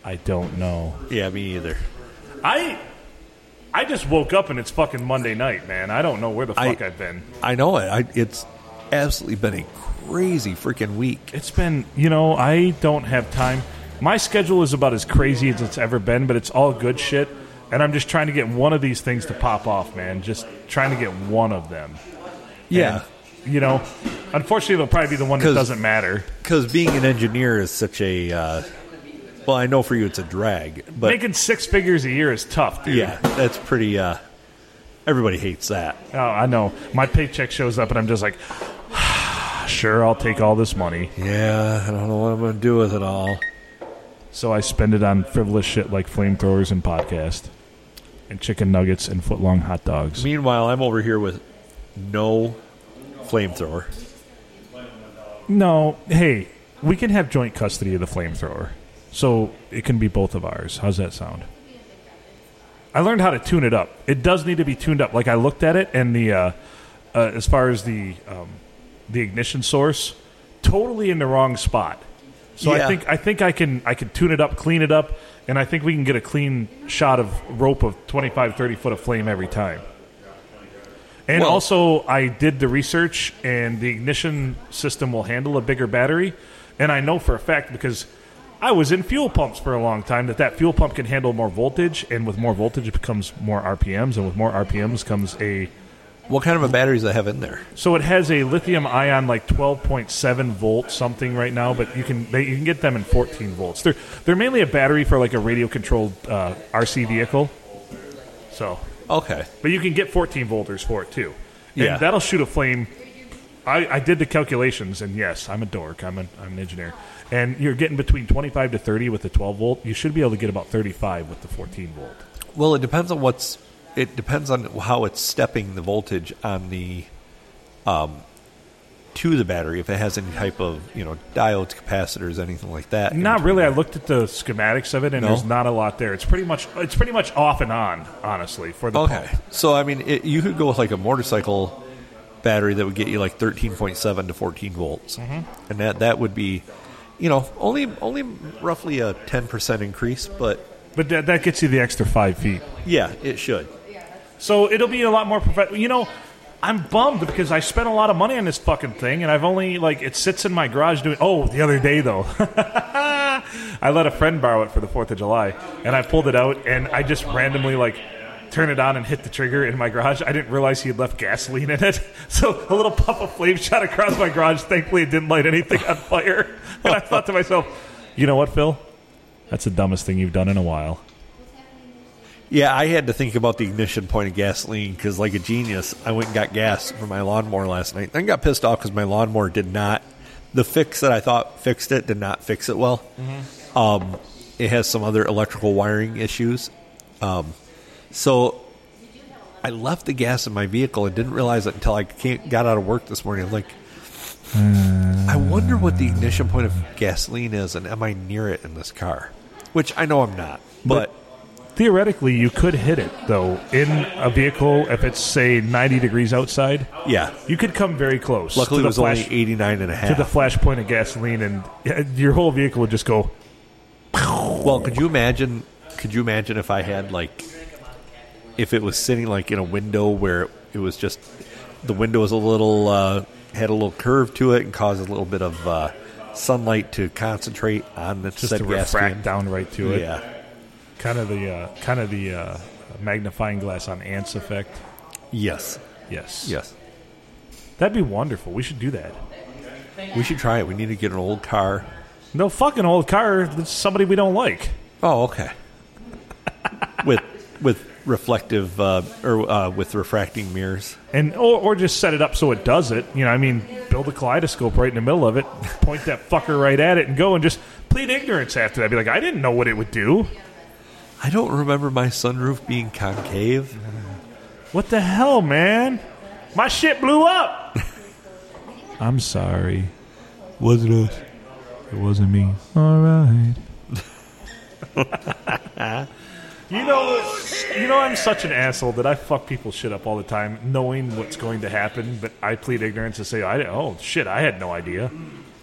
S2: I don't know.
S1: Yeah, me either.
S2: I I just woke up and it's fucking Monday night, man. I don't know where the
S1: I-
S2: fuck I, have been.
S1: I know it. I, it's absolutely been a crazy freaking week.
S2: It's been, you know, I don't have time. My schedule is about as crazy as it's ever been, but it's all good shit. And I'm just trying to get one of these things to pop off, man. Just trying to get one of them. And, you know, unfortunately, it'll probably be the one that
S1: 'Cause-
S2: doesn't matter.
S1: because being an engineer is such a. Uh, well, I know for you it's a drag, but
S2: Making six figures a year is tough, dude.
S1: yeah, that's pretty. Uh, everybody hates that.
S2: Oh, I know. My paycheck shows up and I'm just like, sure, I'll take all this money.
S1: Yeah, I don't know what I'm going to do with it all.
S2: So I spend it on frivolous shit like flamethrowers and podcast, and chicken nuggets and footlong hot dogs.
S1: Meanwhile, I'm over here with no flamethrower.
S2: No, hey, we can have joint custody of the flamethrower. So it can be both of ours. How's that sound? I learned how to tune it up. It does need to be tuned up. Like I looked at it, and the uh, uh, as far as the um, the ignition source, totally in the wrong spot. So I
S1: Yeah.
S2: think I think I can I can tune it up, clean it up, and I think we can get a clean shot of rope of 25, 30 foot of flame every time. And
S1: Well-
S2: also, I did the research, and the ignition system will handle a bigger battery. And I know for a fact because I was in fuel pumps for a long time that that fuel pump can handle more voltage, and with more voltage, it becomes more RPMs, and with more RPMs comes a
S1: What kind of a batteries they have in there?
S2: so it has a lithium ion like 12.7 volt something right now, but you can they, you can get them in 14 volts. They're they're mainly a battery for like a radio controlled uh, RC vehicle. So,
S1: Okay.
S2: but you can get 14 volters for it too.
S1: Yeah.
S2: And that'll shoot a flame. I, I did the calculations, and yes, I'm a dork. I'm an I'm an engineer, and you're getting between 25 to 30 with the 12 volt. You should be able to get about 35 with the 14 volt.
S1: Well, it depends on what's. It depends on how it's stepping the voltage on the, um, to the battery. If it has any type of you know diodes, capacitors, anything like that.
S2: Not really. I looked at the schematics of it, and
S1: No?
S2: there's not a lot there. It's pretty much it's pretty much off and on, honestly, for the
S1: Okay.
S2: pump.
S1: So I mean, it, you could go with like a motorcycle battery that would get you like thirteen point seven to fourteen volts, mm-hmm. and that that would be, you know, only only roughly a ten percent increase, but
S2: But that, that gets you the extra five feet.
S1: yeah, it should.
S2: So it'll be a lot more professional. You know, I'm bummed because I spent a lot of money on this fucking thing, and I've only like it sits in my garage doing. Oh, the other day though, I let a friend borrow it for the Fourth of July, and I pulled it out, and I just randomly like turn it on and hit the trigger in my garage. I didn't realize he had left gasoline in it, so a little puff of flame shot across my garage. Thankfully, it didn't light anything on fire. And I thought to myself, you know what, Phil? That's the dumbest thing you've done in a while.
S1: Yeah, I had to think about the ignition point of gasoline because, like a genius, I went and got gas for my lawnmower last night. Then got pissed off because my lawnmower did not. The fix that I thought fixed it did not fix it well. Um, it has some other electrical wiring issues. Um, so I left the gas in my vehicle and didn't realize it until I came, got out of work this morning. I'm like, I wonder what the ignition point of gasoline is, and am I near it in this car? Which I know I'm not, but
S2: Theoretically, you could hit it though in a vehicle if it's say 90 degrees outside.
S1: yeah.
S2: You could come very close.
S1: Luckily, it
S2: to the
S1: was
S2: flash,
S1: only 89 and a
S2: to
S1: half.
S2: the flashpoint of gasoline, and yeah, your whole vehicle would just go.
S1: well, could you imagine? Could you imagine if I had like, if it was sitting like in a window where it was just the window was a little uh, had a little curve to it and caused a little bit of uh, sunlight to concentrate on the
S2: Just
S1: said
S2: to
S1: gas
S2: refract
S1: can.
S2: down right to it.
S1: Yeah,
S2: Kind of the uh, kind of the uh, magnifying glass on ants effect.
S1: yes,
S2: Yes.
S1: yes.
S2: That'd be wonderful. We should do that.
S1: We should try it. We need to get an old car.
S2: No fucking old car. That's somebody we don't like.
S1: Oh, okay. with with reflective uh, or uh, with refracting mirrors.
S2: and or, or just set it up so it does it. You know, I mean, build a kaleidoscope right in the middle of it, point that fucker right at it, and go and just plead ignorance after that. Be like, I didn't know what it would do.
S1: I don't remember my sunroof being concave.
S2: What the hell, man? My shit blew up. I'm sorry,
S1: Wasn't us.
S2: it wasn't me. All right. You know, you know, I'm such an asshole that I fuck people's shit up all the time, knowing what's going to happen. But I plead ignorance and say, "I didn't- oh shit, I had no idea."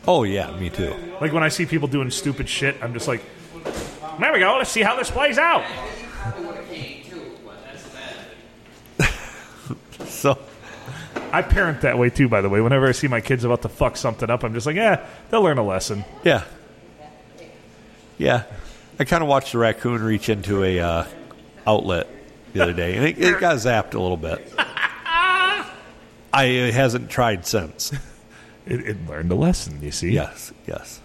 S1: Oh yeah, me too.
S2: Like when I see people doing stupid shit, I'm just like, there we go. Let's see how this plays out.
S1: So
S2: I parent that way too, by the way. Whenever I see my kids about to fuck something up, I'm just like, yeah, they'll learn a lesson.
S1: yeah, yeah. I kind of watched a raccoon reach into a uh, outlet the other day, and it, it got zapped a little bit. I it hasn't tried since.
S2: It, it learned a lesson, you see.
S1: Yes, yes,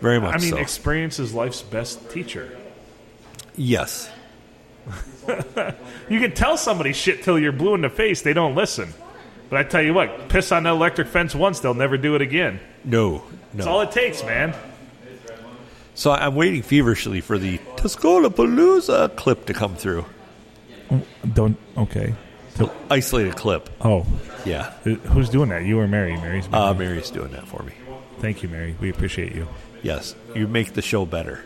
S1: very much
S2: I mean,
S1: so.
S2: experience is life's best teacher.
S1: yes,
S2: You can tell somebody shit till you're blue in the face; they don't listen. But I tell you what, piss on an electric fence once, they'll never do it again.
S1: no,
S2: That's all
S1: no.
S2: it takes, man.
S1: So I'm waiting feverishly for the Tuscola Palooza clip to come through.
S2: Don't. Okay.
S1: Isolated clip.
S2: Oh,
S1: Yeah,
S2: who's doing that? You or Mary? Mary's.
S1: uh, Mary's doing that for me.
S2: Thank you, Mary. We appreciate you.
S1: Yes, you make the show better.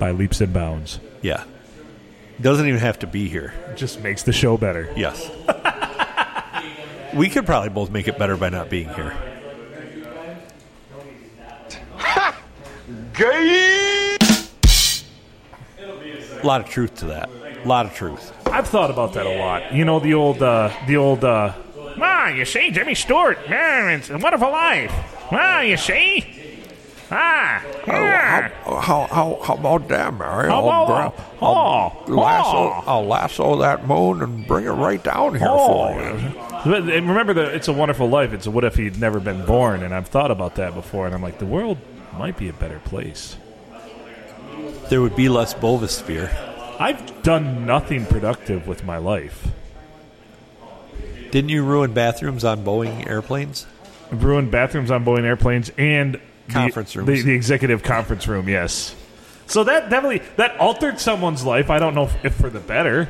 S2: By leaps and bounds.
S1: Yeah. Doesn't even have to be here.
S2: It just makes the show better.
S1: Yes. we could probably both make it better by not being here. A lot of truth to that. A lot of truth.
S2: I've thought about that a lot. You know the old, uh, the old. Uh, ah, you see, Jimmy Stewart. Man, it's a wonderful life. Ah, you see. Ah, yeah.
S7: How, Oh, how, how, how about that, Mary?
S2: How
S7: I'll
S2: about-
S7: gra-
S2: oh,
S7: I'll, lasso,
S2: oh.
S7: I'll lasso that moon and bring it right down here for you.
S2: Oh, But- And remember that it's a wonderful life. It's a what if he'd never been born. And I've thought about that before. And I'm like, the world might be a better place.
S1: There would be less Bovisphere.
S2: I've done nothing productive with my life.
S1: Didn't you ruin bathrooms on Boeing airplanes?
S2: I've ruined bathrooms on Boeing airplanes and the-
S1: Conference
S2: the,
S1: rooms.
S2: The, executive conference room, yes. So that definitely that altered someone's life. I don't know if, if for the better.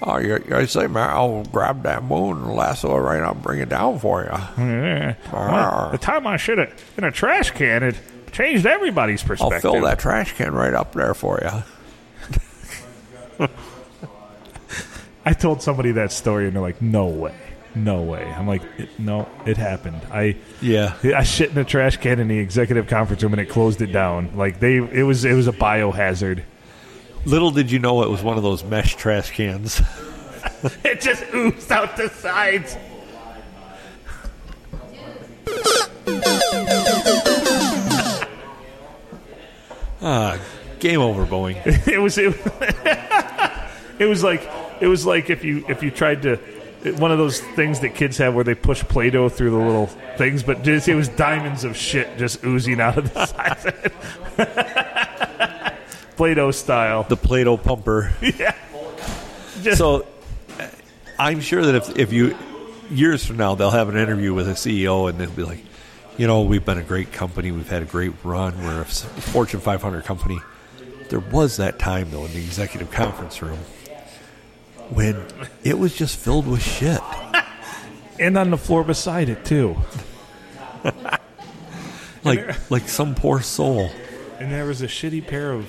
S7: Oh, you, you say, Mary, I'll grab that moon and lasso it right now and bring it down for
S1: Hmm.
S7: you.
S2: Yeah.
S7: Arr.
S2: the time I should have in a trash can, it changed everybody's
S7: I'll
S2: perspective.
S7: fill that trash can right up there for you.
S2: I told somebody that story, and they're like, "No way, no way." I'm like, it, "No, it happened. I
S1: Yeah.
S2: I shit in a trash can in the executive conference room, and it closed it down. Like they, it was it was a biohazard.
S1: Little did you know it was one of those mesh trash cans.
S2: It just oozed out the sides."
S7: Ah,
S1: Game over, Boeing.
S2: It was it, it was like it was like if you if you tried to one of those things that kids have where they push Play-Doh through the little things, but just, it was diamonds of shit just oozing out of the sides. of it. Play-Doh style.
S1: The Play Doh pumper.
S2: Just,
S1: So uh, I'm sure that if, if you, years from now, they'll have an interview with a CEO and they'll be like, you know, we've been a great company. We've had a great run. We're a s- Fortune 500 company. There was that time, though, in the executive conference room when it was just filled with shit.
S2: and on the floor beside it too.
S1: Like, like some poor soul.
S2: And there was a shitty pair of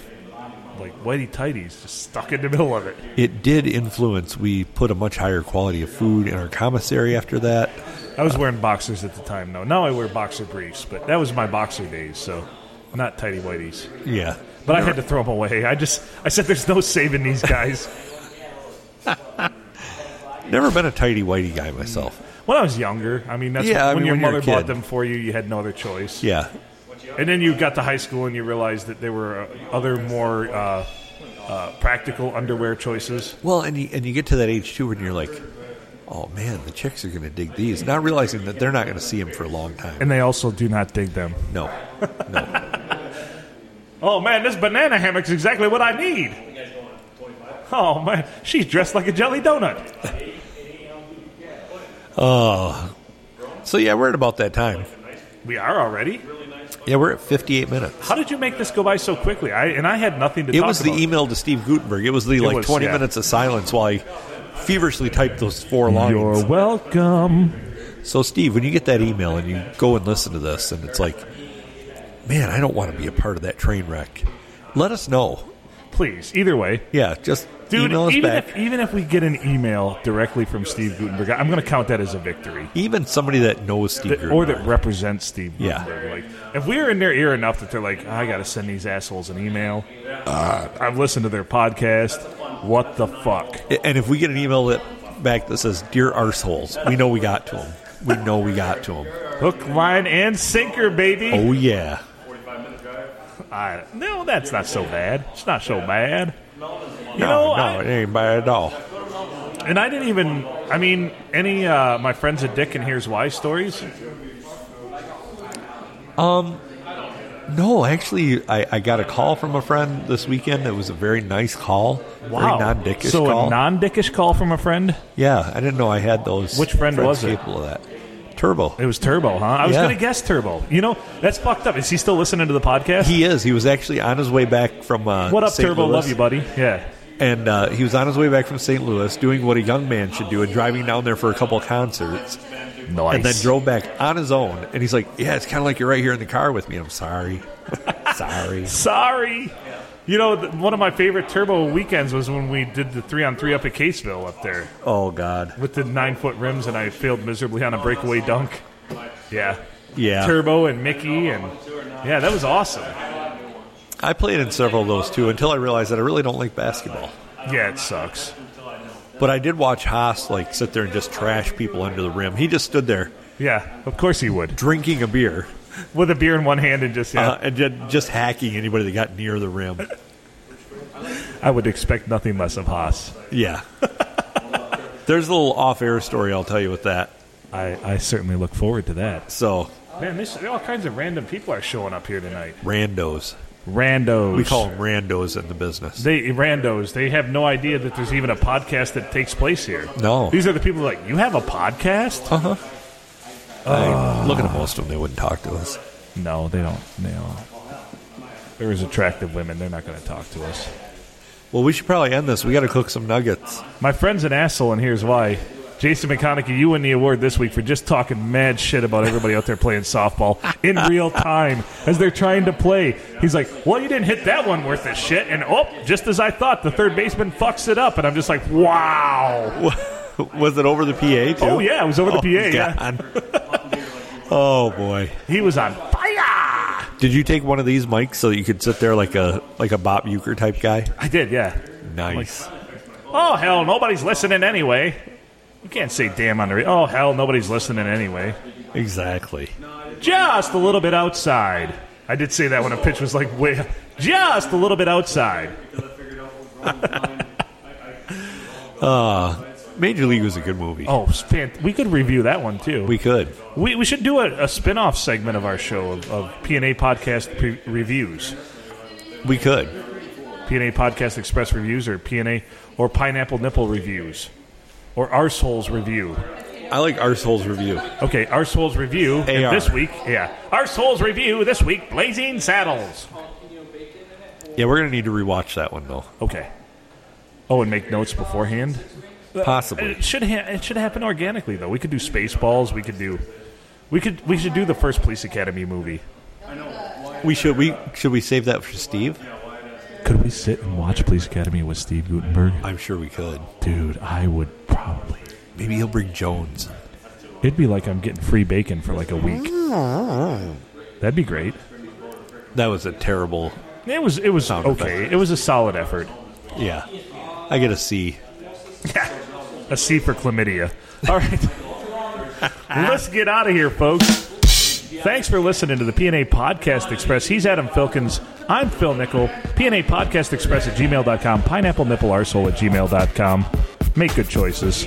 S2: like whitey tighties just stuck in the middle of it.
S1: It did influence. We put a much higher quality of food in our commissary after that.
S2: I was wearing boxers at the time though. Now I wear boxer briefs, but that was my boxer days, so not tighty whiteys.
S1: Yeah.
S2: But I had to throw them away. I just I said there's no saving these guys.
S1: Never been a tidy whitey guy myself.
S2: when I was younger, I mean that's
S1: Yeah,
S2: when,
S1: I mean,
S2: your
S1: when you're a
S2: mother
S1: kid.
S2: bought them for you, you had no other choice.
S1: Yeah.
S2: And then you got to high school and you realized that there were uh, other more uh, uh, practical underwear choices.
S1: Well, and you, and you get to that age too when you're like, oh man, the chicks are going to dig these, not realizing that they're not going to see him for a long time.
S2: And they also do not dig them.
S1: No, no.
S2: Oh man, this banana hammock's exactly what I need. Oh man, she's dressed like a jelly donut.
S1: So yeah, we're at about that time.
S2: We are already.
S1: Yeah, we're at 58 minutes.
S2: How did you make this go by so quickly? I and I had nothing to
S1: It
S2: talk
S1: was the
S2: about.
S1: email to Steve Gutenberg. It was the like
S2: was,
S1: 20
S2: yeah.
S1: minutes of silence while I feverishly typed those four lines.
S2: You're welcome.
S1: So, Steve, when you get that email and you go and listen to this, and it's like, man, I don't want to be a part of that train wreck. Let us know.
S2: Please, either way,
S1: Yeah, just
S2: Dude,
S1: email us
S2: even
S1: back.
S2: if even if we get an email directly from Steve Gutenberg, I'm going to count that as a victory,
S1: even somebody that knows Steve
S2: That- or
S1: Gutenberg.
S2: that represents Steve
S1: Yeah.
S2: Gutenberg. Like, if we're in their ear enough that they're like, "I got to send these assholes an email,"
S1: Uh,
S2: I've listened to their podcast. What the fuck?
S1: And if we get an email that back that says "Dear arseholes," we know we got to them. We know we got to them.
S2: Hook, line, and sinker, baby.
S1: Oh yeah,
S2: I, no, that's not so bad. It's not so bad. You know,
S7: no, no, it ain't bad at all.
S2: I, and I didn't even. I mean, any uh, my friends a dick and here's why stories.
S1: no, actually, I, I got a call from a friend this weekend. It was a very nice call,
S2: Wow,
S1: very non-dickish
S2: so
S1: call.
S2: a non-dickish call from a friend.
S1: yeah, I didn't know I had those.
S2: Which friend
S1: friends
S2: was it?
S1: Capable of that. Turbo.
S2: It was Turbo, huh? I was
S1: Yeah.
S2: going to guess Turbo. You know, that's fucked up. Is he still listening to the podcast?
S1: He is. He was actually on his way back from uh,
S2: what up,
S1: St.
S2: Turbo?
S1: Louis,
S2: Love you, buddy. Yeah.
S1: And uh, he was on his way back from St. Louis, doing what a young man should do, and driving down there for a couple of concerts.
S2: Nice.
S1: and then drove back on his own. And he's like, "Yeah, it's kind of like you're right here in the car with me." I'm sorry, sorry.
S2: Sorry. You know, th- one of my favorite turbo weekends was when we did the three on three up at Caseville up there
S1: Oh God,
S2: with the nine foot rims, and I failed miserably on a breakaway dunk. Yeah.
S1: yeah.
S2: Turbo and Mickey, and yeah, that was awesome.
S1: I played in several of those too until I realized that I really don't like basketball.
S2: Yeah, it sucks.
S1: But I did watch Haas like sit there and just trash people under the rim. He just stood there
S2: Yeah, of course he would.
S1: drinking a beer
S2: With a beer in one hand and just, yeah,
S1: uh, and ju- just hacking anybody that got near the rim.
S2: I would expect nothing less of Haas.
S1: Yeah. There's a little off-air story I'll tell you with that.
S2: I, I certainly look forward to that.
S1: So
S2: Man, this, all kinds of random people are showing up here tonight.
S1: randos,
S2: Randos.
S1: we call them randos in the business.
S2: They randos. They have no idea that there's even a podcast that takes place here.
S1: No.
S2: These are the people who are like, you have a podcast?
S1: Uh huh. look at most of them; they wouldn't talk to us.
S2: No, they don't. They don't. There is attractive women. They're not going to talk to us.
S1: Well, we should probably end this. We got to cook some nuggets.
S2: My friend's an asshole, and here's why. Jason McConaughey, you win the award this week for just talking mad shit about everybody out there playing softball in real time as they're trying to play. He's like, "Well, you didn't hit that one worth of shit," and oh, just as I thought, the third baseman fucks it up, and I'm just like, "Wow."
S1: Was it over the PA too?
S2: Oh yeah, it was over the
S1: Oh,
S2: PA. Yeah.
S1: God. oh boy!
S2: He was on fire.
S1: Did you take one of these mics so that you could sit there like a like a Bob Euchre type guy?
S2: I did, yeah.
S1: Nice.
S2: Oh hell, nobody's listening anyway. You can't say damn on the radio. Oh hell, nobody's listening anyway.
S1: Exactly.
S2: Just a little bit outside. I did say that when a pitch was like way just a little bit outside.
S1: Major League was a good movie.
S2: Oh, spant- we could review that one too.
S1: We could.
S2: we, we should do a, a spin-off segment of our show of, of PNA podcast pre- reviews.
S1: We could.
S2: PNA Podcast Express reviews or PNA or Pineapple Nipple reviews or Arseholes review.
S1: I like Arsehole's review.
S2: Okay, Arseholes review and
S1: AR.
S2: this week. Yeah. Arseholes review this week, Blazing Saddles.
S1: Yeah, we're gonna need to rewatch that one though.
S2: Okay. Oh, and make notes beforehand?
S1: Uh, Possibly.
S2: It should ha- it should happen organically though. We could do Spaceballs, we could do we could we should do the first Police Academy movie.
S1: We should we should we save that for Steve?
S2: Could we sit and watch Police Academy with Steve Gutenberg?
S1: I'm sure we could.
S2: Dude, I would probably.
S1: Maybe he'll bring Jones.
S2: It'd be like I'm getting free bacon for like a week. That'd be great.
S1: That was a terrible.
S2: It was it was
S1: Sound
S2: okay. It was a solid effort.
S1: Yeah, I get a C.
S2: A C for chlamydia. All right. Let's get out of here, folks. Thanks for listening to the PNA Podcast Express. He's Adam Filkins. I'm Phil Nickel. PNA Podcast Express at gmail.com. Pineapple Nipple Arsehole at gmail.com. Make good choices.